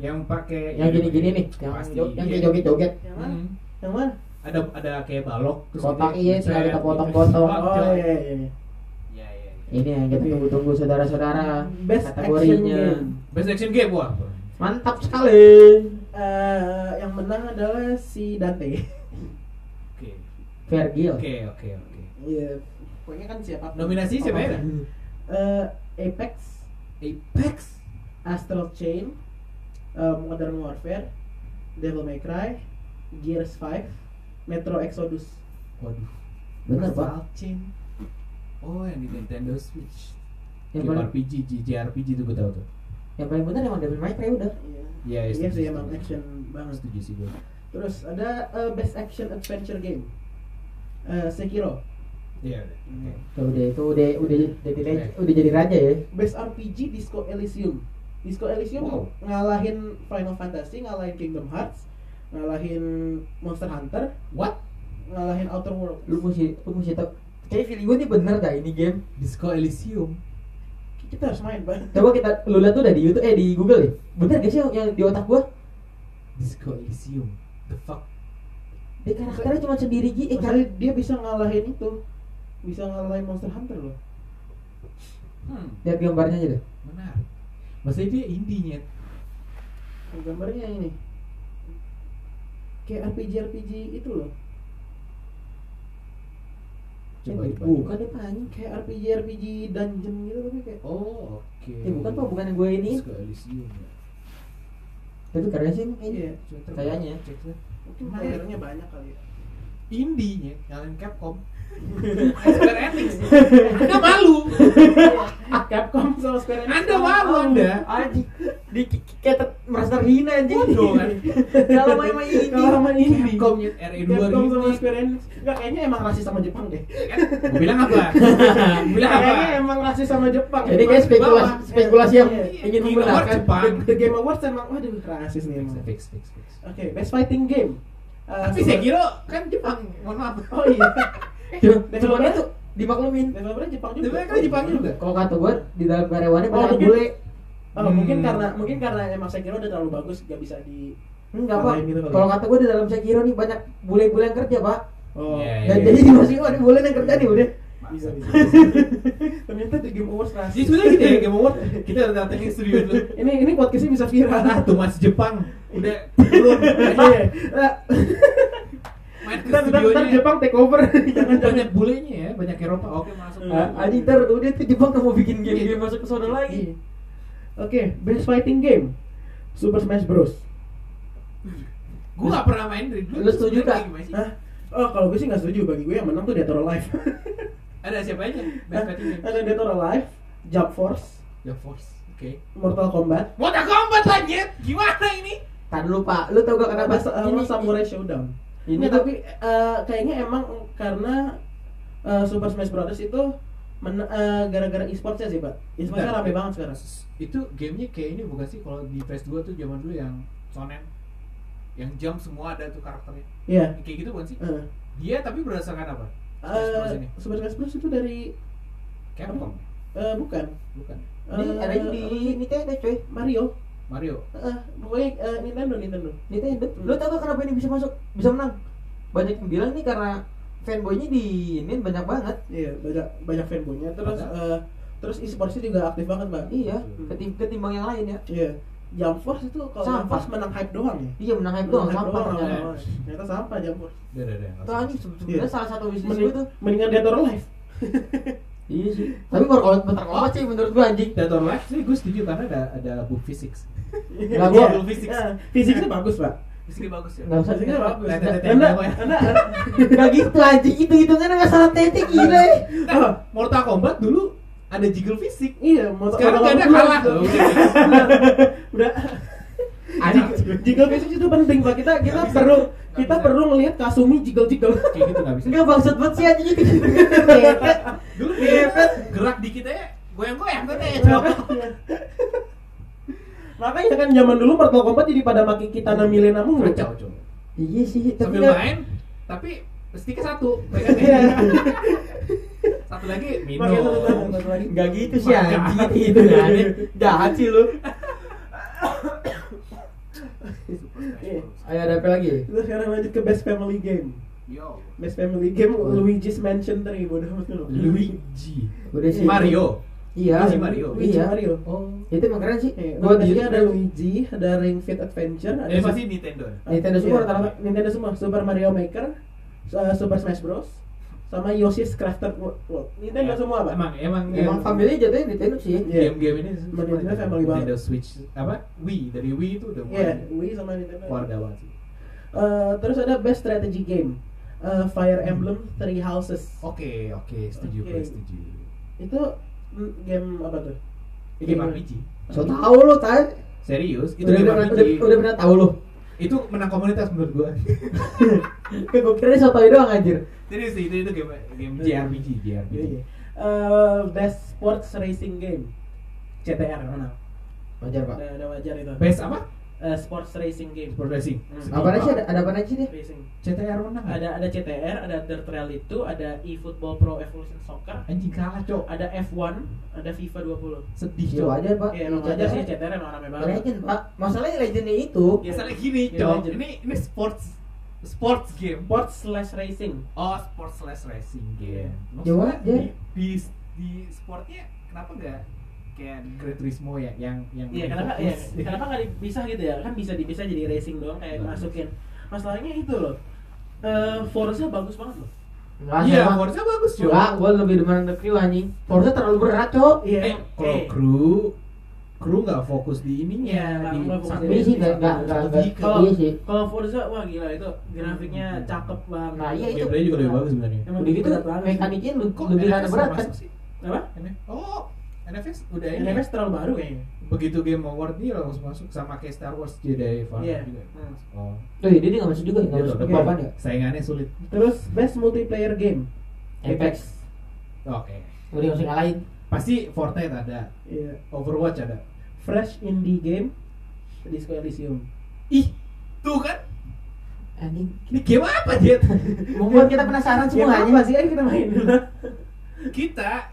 S3: Yang pakai
S1: yang gini-gini nih yang
S3: Iya, Pasti,
S1: jo- yang
S3: iya.
S1: kayak joget-joget
S2: yang mana?
S3: Hmm.
S2: Yang mana?
S3: Ada ada kayak balok
S1: Kotak,
S3: gitu,
S1: iya,
S3: dipencet,
S1: tinggal kita
S3: gitu.
S1: potong-potong.
S3: Wah,
S2: Oh
S3: jalan.
S2: iya iya. iya.
S3: Iya, iya.
S1: ini yang kita tunggu-tunggu saudara-saudara
S2: Best action game.
S1: kategorinya
S3: Best action game wah. bro.
S7: Mantap sekali.
S2: Eh, yang menang adalah si Dante.
S3: Oke.
S1: Iya. Vergil
S3: Oke, oke, oke.
S2: Iya. Pokoknya kan siapa?
S3: Nominasi siapa ya?
S2: Eh, Apex,
S3: Apex.
S2: Astral Chain, eh, Modern Warfare, Devil May Cry, Gears 5, Metro Exodus.
S3: Waduh.
S1: bener pak
S3: Falcon. Oh, yang di Nintendo Switch.
S1: yang
S3: Game
S1: paling
S3: RPG, JRPG itu gue tahu tuh.
S1: yang paling bener emang Devil May Cry udah
S2: Iya.
S3: Iya,
S2: Iya
S3: setuju,
S2: sih emang
S3: setuju.
S2: action banget.
S3: Setuju sih gue.
S2: Terus ada eh, Best Action Adventure Game. Eh, Sekiro.
S3: Iya. udah.
S2: Hmm.
S3: Oke.
S1: Tuh, Ya udah itu udah udah jadi raja- udah jadi raja ya
S2: Best RPG Disco Elysium. Disco Elysium
S3: Wow.
S2: ngalahin Final Fantasy, ngalahin Kingdom Hearts, ngalahin Monster Hunter,
S3: What?
S2: ngalahin Outer Worlds.
S1: lu mesti lu mesti tau kayak feeling gue ini bener dah ini game
S3: Disco Elysium.
S2: Kita harus main, Bang.
S1: coba kita lu lihat tuh udah di YouTube eh di Google ya bener gak sih yang, yang di otak gua
S3: Disco Elysium. The fuck?
S1: dia karakternya cuma sendiri gitu eh
S2: Maksudnya dia bisa ngalahin itu. Bisa ngalahin Monster Hunter loh.
S3: Hmm,
S1: lihat gambarnya aja deh
S3: menarik. Maksudnya dia indie-nya.
S2: Yang gambarnya yang ini. Kayak RPG RPG itu loh.
S3: Coba
S1: Eh,
S3: coba.
S1: bukan deh pak anjing.
S2: Kayak RPG RPG dungeon gitu tapi kayak
S3: Oh, oke.
S1: eh bukan pak bukan yang gue ini
S3: Disco Elysium. ya.
S1: tapi keren sih kayaknya
S2: Iya,
S3: Coba coba.
S1: Kayaknya.
S3: Cek deh.
S2: mungkin playernya Nah, banyak kali ya.
S3: Indie-nya ngalahin Capcom. Square Enix. Anda malu.
S2: Capcom sama Square Enix.
S3: Anda malu Anda.
S1: anjing di kayak ter- merasa terhina anjing
S3: Bodoh kan. E
S1: kalau main main ini
S2: Kalau sama ini
S3: Capcom RE2
S2: Capcom sama
S3: remake.
S2: Square Enix Enggak, kayaknya emang rasis sama Jepang deh
S3: Gue bilang apa? Gua bilang apa?
S2: Kayaknya emang rasis sama Jepang
S1: jadi kayak spekulasi
S2: Bawah.
S1: spekulasi yang
S2: Iya.
S1: ingin
S3: Iya.
S1: menggunakan
S3: Jepang.
S2: The, The Game Awards emang, waduh rasis nih emang Oke,
S3: Fix, fix, fix.
S2: Best Fighting Game Eh,
S3: Tapi saya kira kan Jepang. Mohon maaf.
S2: Oh iya
S1: Eh, cuma itu dimaklumin
S2: Developernya Jepang juga iya.
S3: Tapi kan Jepang juga.
S1: kalau kata gue di dalam karyawannya
S2: Oh,
S1: banyak
S2: mungkin-
S1: bule
S2: Oh, mungkin
S3: Hmm.
S2: karena mungkin karena emang Sekiro udah terlalu bagus gak bisa di
S1: enggak
S2: Orang
S1: pak
S2: lain gitu kali.
S1: kalau kata gue di dalam Sekiro nih banyak bule-bule yang kerja pak
S2: Oh,
S3: Iya,
S1: dan jadi di masing ada bule yang kerja nih udah
S2: bisa bisa. Ternyata The Game Awards rasis.
S3: Jadi sebenarnya gitu ya Game Award kita udah datengin studio dulu.
S2: Ini ini podcastnya bisa viral.
S3: Ah, tuh Mas Jepang udah turun
S2: Iya. Nah,
S3: main ke
S2: Ntar ntar- ntar
S3: studionya.
S2: Jepang take over. ya? Jangan jangan.
S3: Banyak bulenya ya, banyak Eropa. Oke, masuk.
S2: Ah,
S1: anjing ter udah tuh Jepang kamu bikin game-game masuk ke sana lagi
S2: Oke, best fighting game. Super Smash Bros.
S3: Gue gak pernah main dari dulu.
S1: Lu setuju, Kak?
S3: Gimana sih?
S2: Hah? Oh, kalau gue sih nggak setuju. Bagi gue yang menang tuh Dead or Alive.
S3: Ada siapa aja?
S2: Hah?
S3: Best fighting game.
S2: Ada Dead or Alive, Jump Force,
S3: The Force. Oke.
S2: Mortal Kombat,
S3: Mortal Kombat lanjut. Gimana ini?
S1: Tahan dulu pak, lu tau gak
S2: kenapa
S1: kenapa
S2: sama Samurai Showdown.
S1: ini
S2: Ini
S1: tuh
S2: tapi eh, kayaknya emang karena eh, Super Smash Brothers itu men- eh, gara-gara e-sportsnya sih, Pak. E-sportsnya
S3: Bentar.
S2: rame banget sekarang.
S3: Itu gamenya kayak ini bukan sih kalau di PS2 tuh zaman dulu yang Sonen yang jam semua ada tuh karakternya
S2: Iya.
S3: kayak gitu bukan sih
S2: Eh,
S3: dia tapi berdasarkan apa Smash Bros
S2: eh,
S3: ini.
S2: Super Smash Bros itu dari
S3: Capcom
S2: eh, bukan
S3: bukan
S1: ini
S2: Eh,
S1: ada di ini teh ada coy
S2: Mario.
S3: Mario
S2: Eh, pokoknya eh, Nintendo Nintendo.
S1: ini teh ada. lu tau gak kenapa ini bisa masuk bisa menang banyak yang bilang nih karena fanboynya di ini banyak banget
S2: Iya, banyak banyak fanboynya terus eh, terus e-sportsnya juga aktif banget, Mbak.
S1: iya ketim- ketimbang yang lain ya
S2: Iya. Jump Force itu kalau
S1: Sampah.
S2: Jump Force menang hype doang ya.
S1: iya menang hype doang ya.
S2: Menang hype
S1: sampah
S2: doang,
S1: ternyata.
S2: awal-awal. Ternyata sampah Jump Force.
S3: udah udah udah
S1: itu anjing se- sebenarnya
S2: Iya.
S1: salah satu bisnis
S2: Mending-
S1: gue tuh
S2: Mendingan Dead or Alive.
S1: iya sih tapi kalau kalau bentar kalau sih menurut gue anjing
S3: Dead or Alive sih gue setuju karena ada ada book physics Nah,
S1: Nggak, gua-
S2: Iya,
S3: physics.
S2: iya. Fisiknya bagus, Pak. Nah,
S3: fisiknya bagus ya
S1: nggak usah
S2: Fisiknya bagus.
S3: Lihat, lihat, lihat,
S1: Nah,
S2: Anda,
S3: lihat.
S2: Anda,
S1: nggak gitu anjing itu hitungannya masalah tete gila ya
S2: oh,
S3: Nah, Mortal Kombat dulu ada jiggle fisik
S2: iya, mau
S3: sekarang
S2: mau-
S3: gak ada
S2: mau-
S3: kalah
S2: mau-
S3: iya.
S2: Udah.
S3: Anjing.
S2: Jiggle fisik itu penting, Pak. Kita kita perlu kita
S3: bisa.
S2: perlu ngelihat Kasumi jiggle-jiggle.
S3: kayak gitu gak bisa
S1: nggak bangsat banget sih anjing itu Tete.
S3: dulu ngepet gerak dikit aja goyang-goyang gue teh
S2: Makanya kan zaman dulu Mortal Kombat jadi pada maki kita na Milena mulu.
S3: kacau coba
S1: iya sih tapi
S3: sambil
S1: nggak-
S3: main tapi sticknya satu
S2: Iya.
S3: satu lagi minum
S2: Pakai satu tangan, satu lagi.
S1: nggak gitu sih
S3: Maka.
S1: anjing itu
S3: Gitu ya,
S1: hitungannya jahat sih lu ayo ada apa lagi
S2: Kita sekarang lanjut ke best family game.
S3: Yo.
S2: Best Family Game Luigi's Mansion 3 bodoh amat lu.
S3: Luigi.
S1: Udah sih.
S3: Mario.
S1: Iya.
S3: Luigi Mario.
S2: Luigi
S1: Iya.
S2: Mario.
S3: Oh.
S1: Itu emang keren sih.
S2: Eh,
S1: Gua
S2: gua Eh,
S1: di
S2: ada Luigi, ada Ring Fit Adventure, ada
S3: Ini pasti Nintendo.
S1: Nintendo semua
S2: Iya,
S1: rata-rata.
S2: Nintendo semua. Super Mario Maker, uh, Super Smash Bros, sama Yoshi's Crafted World. Nintendo semua apa?
S3: Emang emang ya.
S1: Emang family jatuhnya Nintendo sih ya.
S2: Iya.
S3: game-game ini semua
S2: Nintendo
S3: Nintendo.
S2: family banget.
S3: Nintendo Switch apa? Wii dari Wii itu udah mulai
S2: Iya, Wii sama Nintendo.
S3: keluarga banget sih.
S2: Eh, terus ada Best Strategy Game, Eh, Fire Emblem Three Houses.
S3: Oke oke setuju
S2: Oke.
S3: gue setuju.
S2: Itu mm, game apa tuh?
S3: Ini game RPG.
S1: So tau lo tay.
S3: Serius itu
S1: Udah
S3: game
S1: udah udah
S3: RPG.
S1: udah pernah tau lo.
S3: Itu menang komunitas menurut gua.
S1: Gue kira dia so tau doang anjir.
S3: Serius sih, itu itu game game JRPG JRPG.
S2: Iya, iya. Eh, Best Sports Racing Game, CTR mana?
S1: Wajar pak.
S2: Udah, udah wajar itu.
S3: Best apa?
S2: Eh, sports Racing Game.
S3: Sport Racing.
S2: Hmm.
S1: Apa aja sih ada ada apa aja sih dia?
S2: Racing.
S3: CTR menang. nggak?
S2: Ada ada CTR, ada Dirt Rally itu, ada eFootball Pro Evolution Soccer,
S3: anjing kalah, Cok.
S2: ada F1, ada FIFA 20.
S3: Sedih,
S1: Iya
S3: Cok.
S1: wajar pak.
S2: Iya, emang
S1: Legend,
S2: wajar sih
S1: ya.
S2: CTR emang rame banget.
S1: Legend pak. Masalahnya legendnya itu.
S3: Biasanya Ya, gini,
S2: Iya,
S3: Cok.
S2: lanjut.
S3: Ini ini sports sports game.
S2: Sports slash racing.
S3: Oh, sport slash racing
S2: Iya.
S3: game.
S1: Ya
S3: Maksudnya
S1: wajar.
S3: Di, di, di sportnya kenapa nggak kayak Gran Turismo ya yang yang
S2: Iya,
S3: lebih
S2: kenapa ya,
S3: fokus?
S2: kenapa nggak dipisah gitu ya? Kan bisa dipisah jadi racing doang kayak
S3: Bagus.
S2: masukin. Masalahnya itu loh. Eh, Forza bagus banget loh.
S1: Enggak
S3: Iya,
S1: sama.
S3: Forza bagus, Cok.
S1: Enggak, gue lebih demen The Crew anjing. Forza terlalu berat cok.
S2: Iya.
S3: Eh, kalau
S2: eh,
S3: kru kru nggak fokus di
S2: Iya,
S3: ininya
S2: nggak-
S3: di
S2: nggak fokus
S3: satu-
S1: Ini sih nggak nggak nggak nggak.
S2: Kalau
S1: Iya sih.
S2: kalau Forza wah gila itu grafiknya cakep banget.
S1: Nah, iya, itu.
S3: Gameplay juga lebih bagus sebenarnya.
S2: Emang
S1: Udah gitu
S2: berat banget.
S1: mekaniknya lu-
S3: Kok
S1: lebih rada
S3: NFS
S1: berat kan.
S3: masuk sih?
S2: apa?
S3: Oh, NFS udah ini.
S2: Ini terlalu baru kayaknya.
S3: begitu game award dia langsung masuk sama kayak Star Wars Jedi Fallen
S2: Iya.
S3: juga.
S2: Hmm.
S3: Oh,
S1: Tuh Iya, dia nggak masuk juga nggak
S3: dia
S1: masuk
S3: tuh
S1: ke papan
S3: depan.
S1: ya.
S3: Saingannya sulit.
S2: Terus best multiplayer game.
S1: Apex.
S3: Oke.
S1: Udah nggak usah ngalahin.
S3: Pasti Fortnite ada,
S2: Iya.
S3: Overwatch ada.
S2: Fresh indie game Disco Elysium.
S3: Ih, tuh kan.
S1: Anjing.
S3: Ini game apa, Jet?
S1: Membuat kita penasaran
S2: Semuanya
S1: semuanya.
S2: sih kan kita main dulu.
S3: kita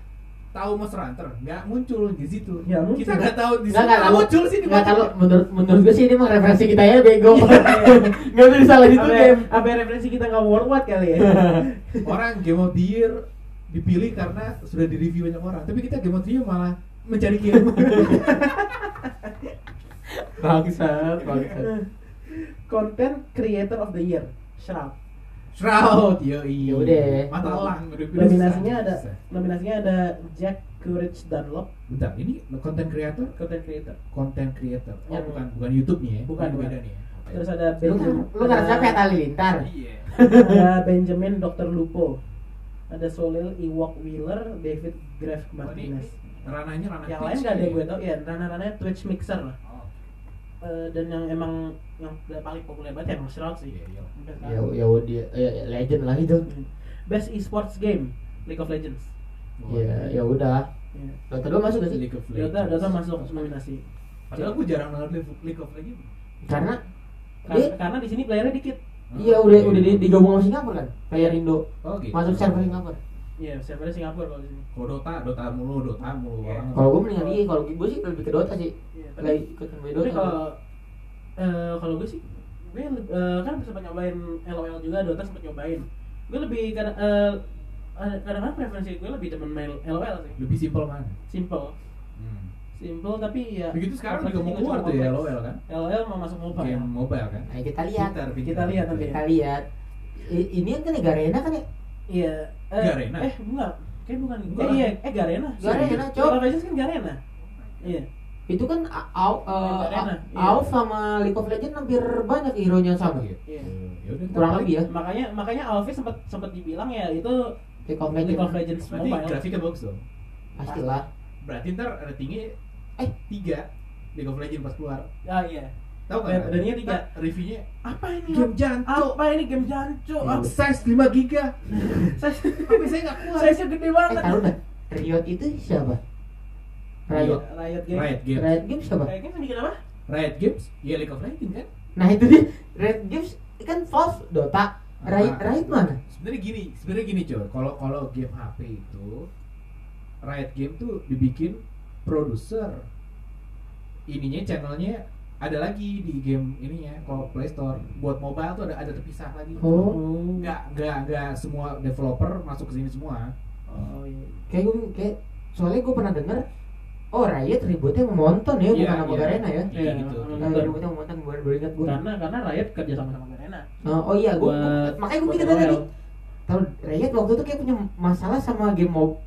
S3: tahu Monster Hunter nggak muncul di situ.
S2: Nggak muncul.
S3: Kita nggak tahu di situ.
S1: Nggak, nggak,
S3: Nggak
S1: nggak.
S3: muncul sih di
S1: Nggak
S3: mana.
S1: kalau menurut menurut gue sih ini mah referensi kita ya bego. Nggak bisa disalahin itu
S2: Apa- ya?
S1: game.
S2: Apa referensi kita nggak worldwide kali ya?
S3: Orang Game of the Year dipilih karena sudah direview banyak orang. Tapi kita Game of the Year malah mencari game.
S8: Bangsat, bangsat.
S2: Content Creator of the Year. Shroud.
S3: Shroud, yoi.
S1: Ya udah.
S3: Mata elang. udah pilih.
S2: Nominasinya ada nominasinya ada Jack Courage Dunlop
S3: Bentar, ini konten kreator,
S2: Content Creator.
S3: konten kreator. Oh,
S2: Yang-
S3: bukan bukan YouTube nih ya.
S2: Bukan,
S3: Ini
S2: bukan.
S3: beda nih. Ya. Oke.
S2: Terus ada
S1: Lu
S2: Benjamin.
S1: lu ya, ngerasa kayak tali lintar.
S3: Iya.
S2: ada Benjamin Dr. Lupo. Ada Solil Ewok Wheeler, David Graf
S3: Oh, ini-
S2: Martinez.
S3: ini Ranahnya ranah
S2: yang
S3: Twitch
S2: lain gak ada
S3: ya?
S2: yang gue tau ya ranah-ranahnya Twitch Mixer lah
S3: Oh,
S2: Eh, dan yang emang yang udah paling populer banget ya emang Shroud sih
S3: Iya, iya.
S2: Sampai
S1: Ya
S2: sekarang.
S1: ya dia ya, ya, legend lah itu.
S2: Hmm. Best esports game League of Legends
S1: Ya ya udah.
S2: Iya.
S1: Dota dua masuk gak sih?
S3: League of Legends.
S2: Dota Dota masuk nominasi
S3: Padahal gue jarang denger League- League of Legends.
S1: Karena
S2: karena,
S1: Dia-
S2: karena di sini playernya dikit
S1: Iya udah udah di- digabung sama Singapura kan? Player Indo
S3: Oh, gitu.
S1: masuk server Singapura.
S2: ya servernya Singapura kalau di sini
S3: Kalau Dota, Dota mulu, Dota mulu.
S2: Iya.
S3: Orang-
S1: Kalau gue mendingan iya, kalau gue sih lebih ke Dota sih.
S2: Iya, tapi-
S1: Lagi ikutan gue
S2: tapi
S1: Dota.
S2: kalau eh, kalau gue sih gue eh, kan sempat nyobain LOL juga Dota sempat nyobain gue lebih kadang eh, kadang-kadang preferensi gue lebih demen main LOL sih
S3: lebih simpel mana?
S2: simple
S1: Hmm.
S2: simple tapi ya
S3: Begitu sekarang juga mau
S2: kompleksnya
S3: keluar
S2: cukup
S3: tuh ya
S2: kompleks.
S3: LOL kan?
S2: LOL mau masuk MOBA ya?
S3: Game mobile kan?
S1: Iya. Ayo kita lihat.
S3: Pintar, pintar.
S2: Kita lihat nanti.
S1: Kita lihat. I- ini kan ya Garena kan ya?
S2: iya eh,
S3: Garena.
S2: eh enggak kayak bukan
S3: Enggak.
S2: eh iya eh Garena
S1: Garena,
S2: Serius.
S1: Cok.
S2: Mobile Legends kan Garena iya
S1: Itu kan A- AO eh,
S2: Garena,
S1: A-
S2: iya.
S1: AO sama League of Legends hampir banyak hero nya sama.
S3: Gitu.
S2: Iya.
S3: Ya udah.
S1: Kurang lebih ya.
S2: makanya makanya Alvi sempat sempat dibilang ya itu
S1: League of
S2: League of
S1: Legends
S2: Legends
S3: Berarti
S2: mobile
S3: grafiknya bagus dong.
S1: pastilah.
S3: Berarti ntar ratingnya eh tiga League of Legends pas keluar.
S2: ah iya
S3: Tahu
S2: Dan-
S3: kan?
S2: dannya tiga.
S3: Ntar Reviewnya
S2: apa ini
S3: game jancok.
S2: apa ini game
S1: Iya,
S2: jancok
S3: Up size 5 giga.
S2: saya
S3: Tapi saya nggak kuat.
S2: saya gede
S1: Eh
S2: banget
S1: taruh dah. Riot itu siapa? Riot.
S2: Riot iya. game
S3: Riot Games.
S1: Riot Games siapa?
S2: Riot game bikin apa
S3: Riot Games? Ya League of Legends kan?
S1: Nah itu dia. Riot Games kan false Dota. Riot,
S3: Ah.
S1: Riot mana?
S3: Sebenarnya gini, sebenarnya gini coy. Kalau kalau game HP itu Riot Game tuh dibikin produser ininya channelnya ada lagi di game ininya kalau Play Store buat mobile tuh ada ada terpisah lagi
S1: Oh.
S3: nggak nggak nggak semua developer masuk ke sini semua
S2: Oh iya.
S1: Kayak gue kayak soalnya gue pernah denger oh Riot ributnya mau nonton ya bukan
S3: Iya,
S1: sama
S3: iya.
S1: Garena ya.
S3: Iya, gitu.
S1: Nah, ributnya mau nonton baru baru ingat gue.
S2: Karena karena Riot kerja sama sama Garena.
S1: Nah, oh iya gue
S2: Buat-
S1: makanya gue
S2: buat
S1: mikir dari
S2: Noel.
S1: tadi. Tahu Riot waktu itu kayak punya masalah sama game mob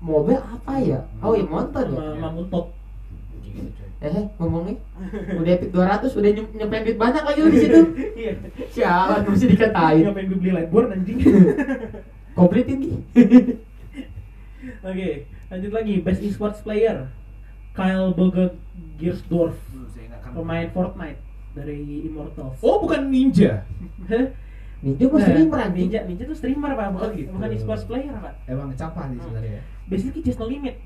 S1: mobile apa ya?
S2: Hmm.
S1: Oh iya nonton ya.
S2: Sama- sama Mutop.
S3: gitu coy.
S1: Eh ngomongnya udah epic 200 udah nyem- nyempein duit banyak lagi lu di situ.
S2: Iya.
S1: Sialan mesti dikatain.
S2: Ngapain gue beli lightboard anjing?
S1: Komplit ini.
S2: Oke, lanjut lagi best esports player Kyle Bogersdorf,
S3: Hmm, saya nggak akan-
S2: pemain Fortnite dari Immortals. Nah,
S3: oh bukan ninja
S1: Ninja mah streamer anjing.
S2: Ninja, Ninja tuh streamer pak, bukan,
S3: Oh, gitu.
S2: bukan esports player pak.
S3: emang capah sih sebenarnya
S2: Basically just no limit.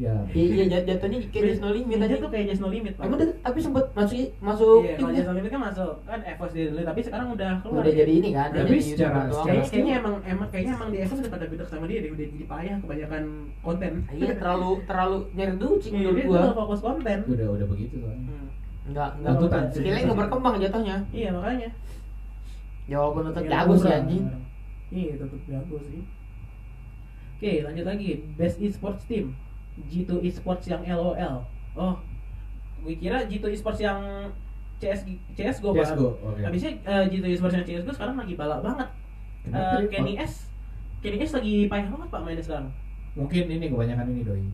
S3: ya
S1: Iya iya jat- jatuhnya kayak just no limit
S2: Ninja
S1: aja.
S2: tuh kayak just no limit pak.
S1: Emang dia- tapi sempet masuk masuk
S2: Iya, kalau
S1: timnya?
S2: just no limit kan masuk kan EVOS dia dulu, tapi sekarang udah keluar. ya.
S1: udah jadi ini kan udah
S3: Tapi
S1: jadi
S3: secara-
S1: YouTuber doang.
S2: Kayaknya, kayaknya emang emang kayaknya emang di EVOS udah pada gedek sama dia, dia udah jadi payah kebanyakan konten.
S1: iya terlalu terlalu nyari duit sih
S2: Iya,
S1: menurut
S2: dia
S1: gua
S2: tuh fokus konten.
S3: udah udah begitu soalnya
S2: Hmm.
S1: enggak enggak
S3: Tuntutan.
S1: skillnya nggak berkembang jatuhnya
S2: Iya makanya.
S1: jawaban untuk
S2: Yang
S1: jago sih
S2: murah.
S1: anjing
S2: Iya, tetap jago sih. Oke, lanjut lagi. Best esports team. G2 esports yang LOL. Oh, gue kira G2 esports yang CS CS:GO Pak.
S3: CSGO,
S1: oh,
S3: oke.
S1: iya.
S2: Habisnya eh, G2 esports yang CS:GO sekarang lagi balak banget.
S3: Kenapa?
S2: Eh, Kenny S. Kenny S lagi payah banget Pak mainnya sekarang.
S3: mungkin ini kebanyakan ini doi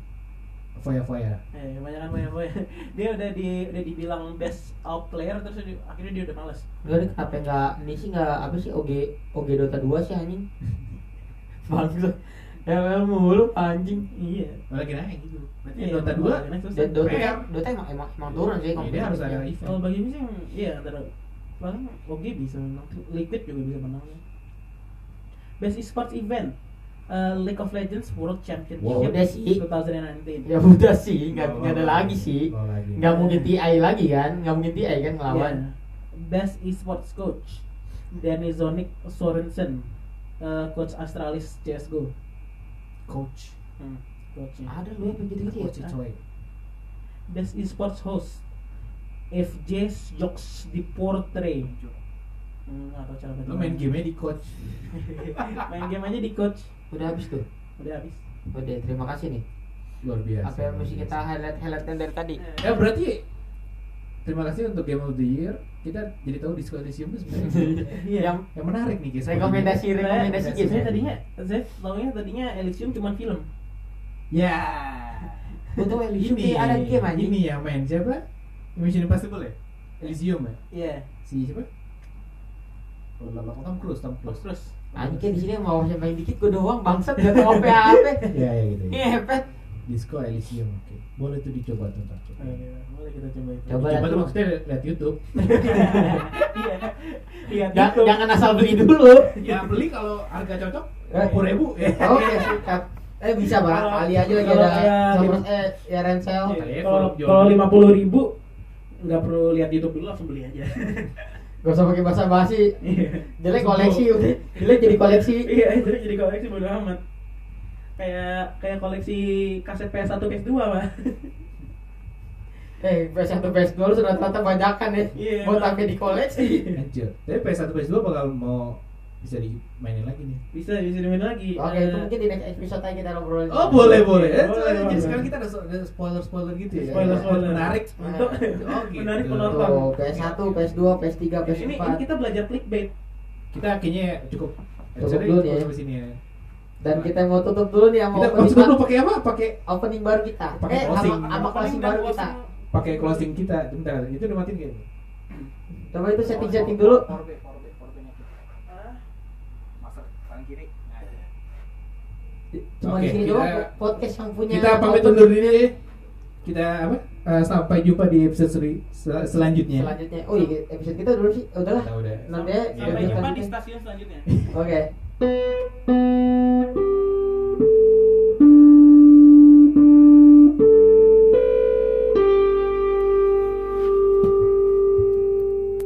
S3: foya foya
S2: Eh, banyak kan banyak banyak. Dia udah di udah dibilang best out player terus dia- akhirnya dia udah males.
S1: enggak deh apa enggak ini sih enggak apa sih OG OG Dota 2 sih anjing bangsa ML mulu anjing
S2: Iya.
S3: lagi naik gitu berarti
S2: Iya,
S3: Dota
S2: makanya susah.
S1: dan Dota
S3: Fair.
S1: Dota emang emang, emang turun sih
S3: 2 Oh, ini harus ada
S1: kompetitifnya.
S2: Kalau
S3: event
S2: bagi gue sih yang iya antara paling OG bisa menang, Liquid juga bisa menang. Best esports event eh, League of Legends World Championship
S1: Wow, udah sih.
S2: 2019.
S1: ya udah sih
S3: Oh,
S1: enggak enggak ada lagi sih
S3: Nggak lagi.
S1: enggak mungkin TI lagi kan enggak mungkin TI kan ngelawan
S2: Iya. Best esports coach Danny Zonic Sorensen, eh, coach Astralis CS:GO.
S3: coach
S2: Hmm,
S3: Iya.
S2: coachnya.
S1: ada lu yang begitu gitu
S3: coach
S1: ya
S3: coy
S2: Best esports host FJ Jokes di Portrait. Hmm, nggak tahu cara baca.
S3: lu
S1: Iya.
S3: main game di coach
S2: main game aja di coach.
S1: udah habis tuh
S2: Udah habis.
S1: udah terima kasih nih
S3: luar biasa
S1: apa yang mesti kita highlight highlightkan dari tadi
S3: ya berarti terima kasih untuk game of the year kita jadi tahu Disco Elysium itu sebenarnya
S2: Iya.
S1: yang
S3: yang menarik nih guys
S1: rekomendasi rekomendasi
S2: rekomendasi
S1: game
S2: saya tadinya saya taunya tadinya Elysium cuma film
S3: ya
S1: untuk Elysium kayak ada game aja
S3: ini yang main siapa Mission Impossible ya Elysium ya
S2: iya
S3: si siapa Oh, lama Tom Cruise, Tom
S2: terus
S3: Cruise.
S2: terus
S1: anjing kayak di sini yang mau yang paling dikit gue doang bangsat gak tau apa apa
S3: Ya, ya gitu.
S1: ini
S3: ya.
S1: hepet
S3: Disco Elysium, oke. Boleh tuh dicoba tuh ntar.
S2: Iya, Oh,
S3: Coba.
S2: boleh kita coba itu
S1: Coba.
S3: Dicoba
S1: lah.
S3: tuh maksudnya lihat YouTube.
S2: iya iya
S1: Ja-
S2: gitu
S1: jangan asal beli dulu
S3: ya beli kalau harga cocok,
S1: Eh.
S3: puluh ribu. Ya.
S1: oke sikat eh bisa bang
S2: Kalau-
S1: kali aja lagi
S2: kalau
S1: ada
S2: kayak
S1: Summers-
S2: lima-
S1: eh ya Rensel
S2: Iya,
S3: Kali ya,
S2: kalau
S3: kalau-
S2: kalau lima puluh ribu nggak perlu lihat YouTube dulu langsung beli aja
S1: gak usah pakai bahasa basi
S2: Iya.
S1: jelek koleksi udah. jelek jadi koleksi
S2: iya itu jadi koleksi bodo amat kayak kayak koleksi kaset PS1 PS2 mah
S1: eh PS1 PS2 lu sudah rata-rata bajakan ya
S2: Iya.
S1: buat pakai di koleksi
S3: Anjir. Tapi PS1 PS2 bakal mau bisa dimainin lagi nih.
S2: bisa bisa dimain lagi
S1: oke
S2: Eh,
S1: itu mungkin di next episode aja kita ngobrolin
S3: Oh, boleh boleh.
S2: Boleh,
S3: Eh, soalnya
S2: boleh.
S3: Jadi sekarang kita ada so- ada spoiler-spoiler gitu ya.
S2: Spoiler-spoiler.
S3: menarik.
S2: untuk
S3: Oh, gitu.
S2: menarik penonton
S1: Tuh, PS1, PS2, PS3, PS4
S2: ini, ini kita belajar clickbait
S3: Kita kayaknya cukup
S1: Cukup
S3: episode
S1: dulu
S3: cukup
S1: ya.
S3: sampai sini ya.
S1: Dan kita mau tutup dulu nih sama
S3: Kita
S1: opening,
S3: maksudnya
S1: ba-
S3: lu pakai apa? Pakai
S1: opening baru kita.
S3: Pakai
S1: eh,
S3: closing.
S1: sama, sama closing baru kita.
S3: pakai closing kita. Bentar, itu dimatiin kayaknya.
S1: Coba itu setting-setting dulu.
S6: Forbe, forbe, forbe-nya. Masuk kanan kiri. Nah, iya.
S1: Cuma
S3: Oke,
S1: di sini
S3: kita-
S1: doang podcast yang punya.
S3: kita pamit
S1: open-
S3: undur diri kita apa Eh, sampai jumpa di episode seri- sel- selanjutnya
S1: Selanjutnya. Oh iya, episode kita dulu sih. Udahlah.
S3: Udah, udah.
S1: Nanti ya, kita
S2: sampai jumpa di
S1: lanjutin.
S2: stasiun selanjutnya
S1: Oke.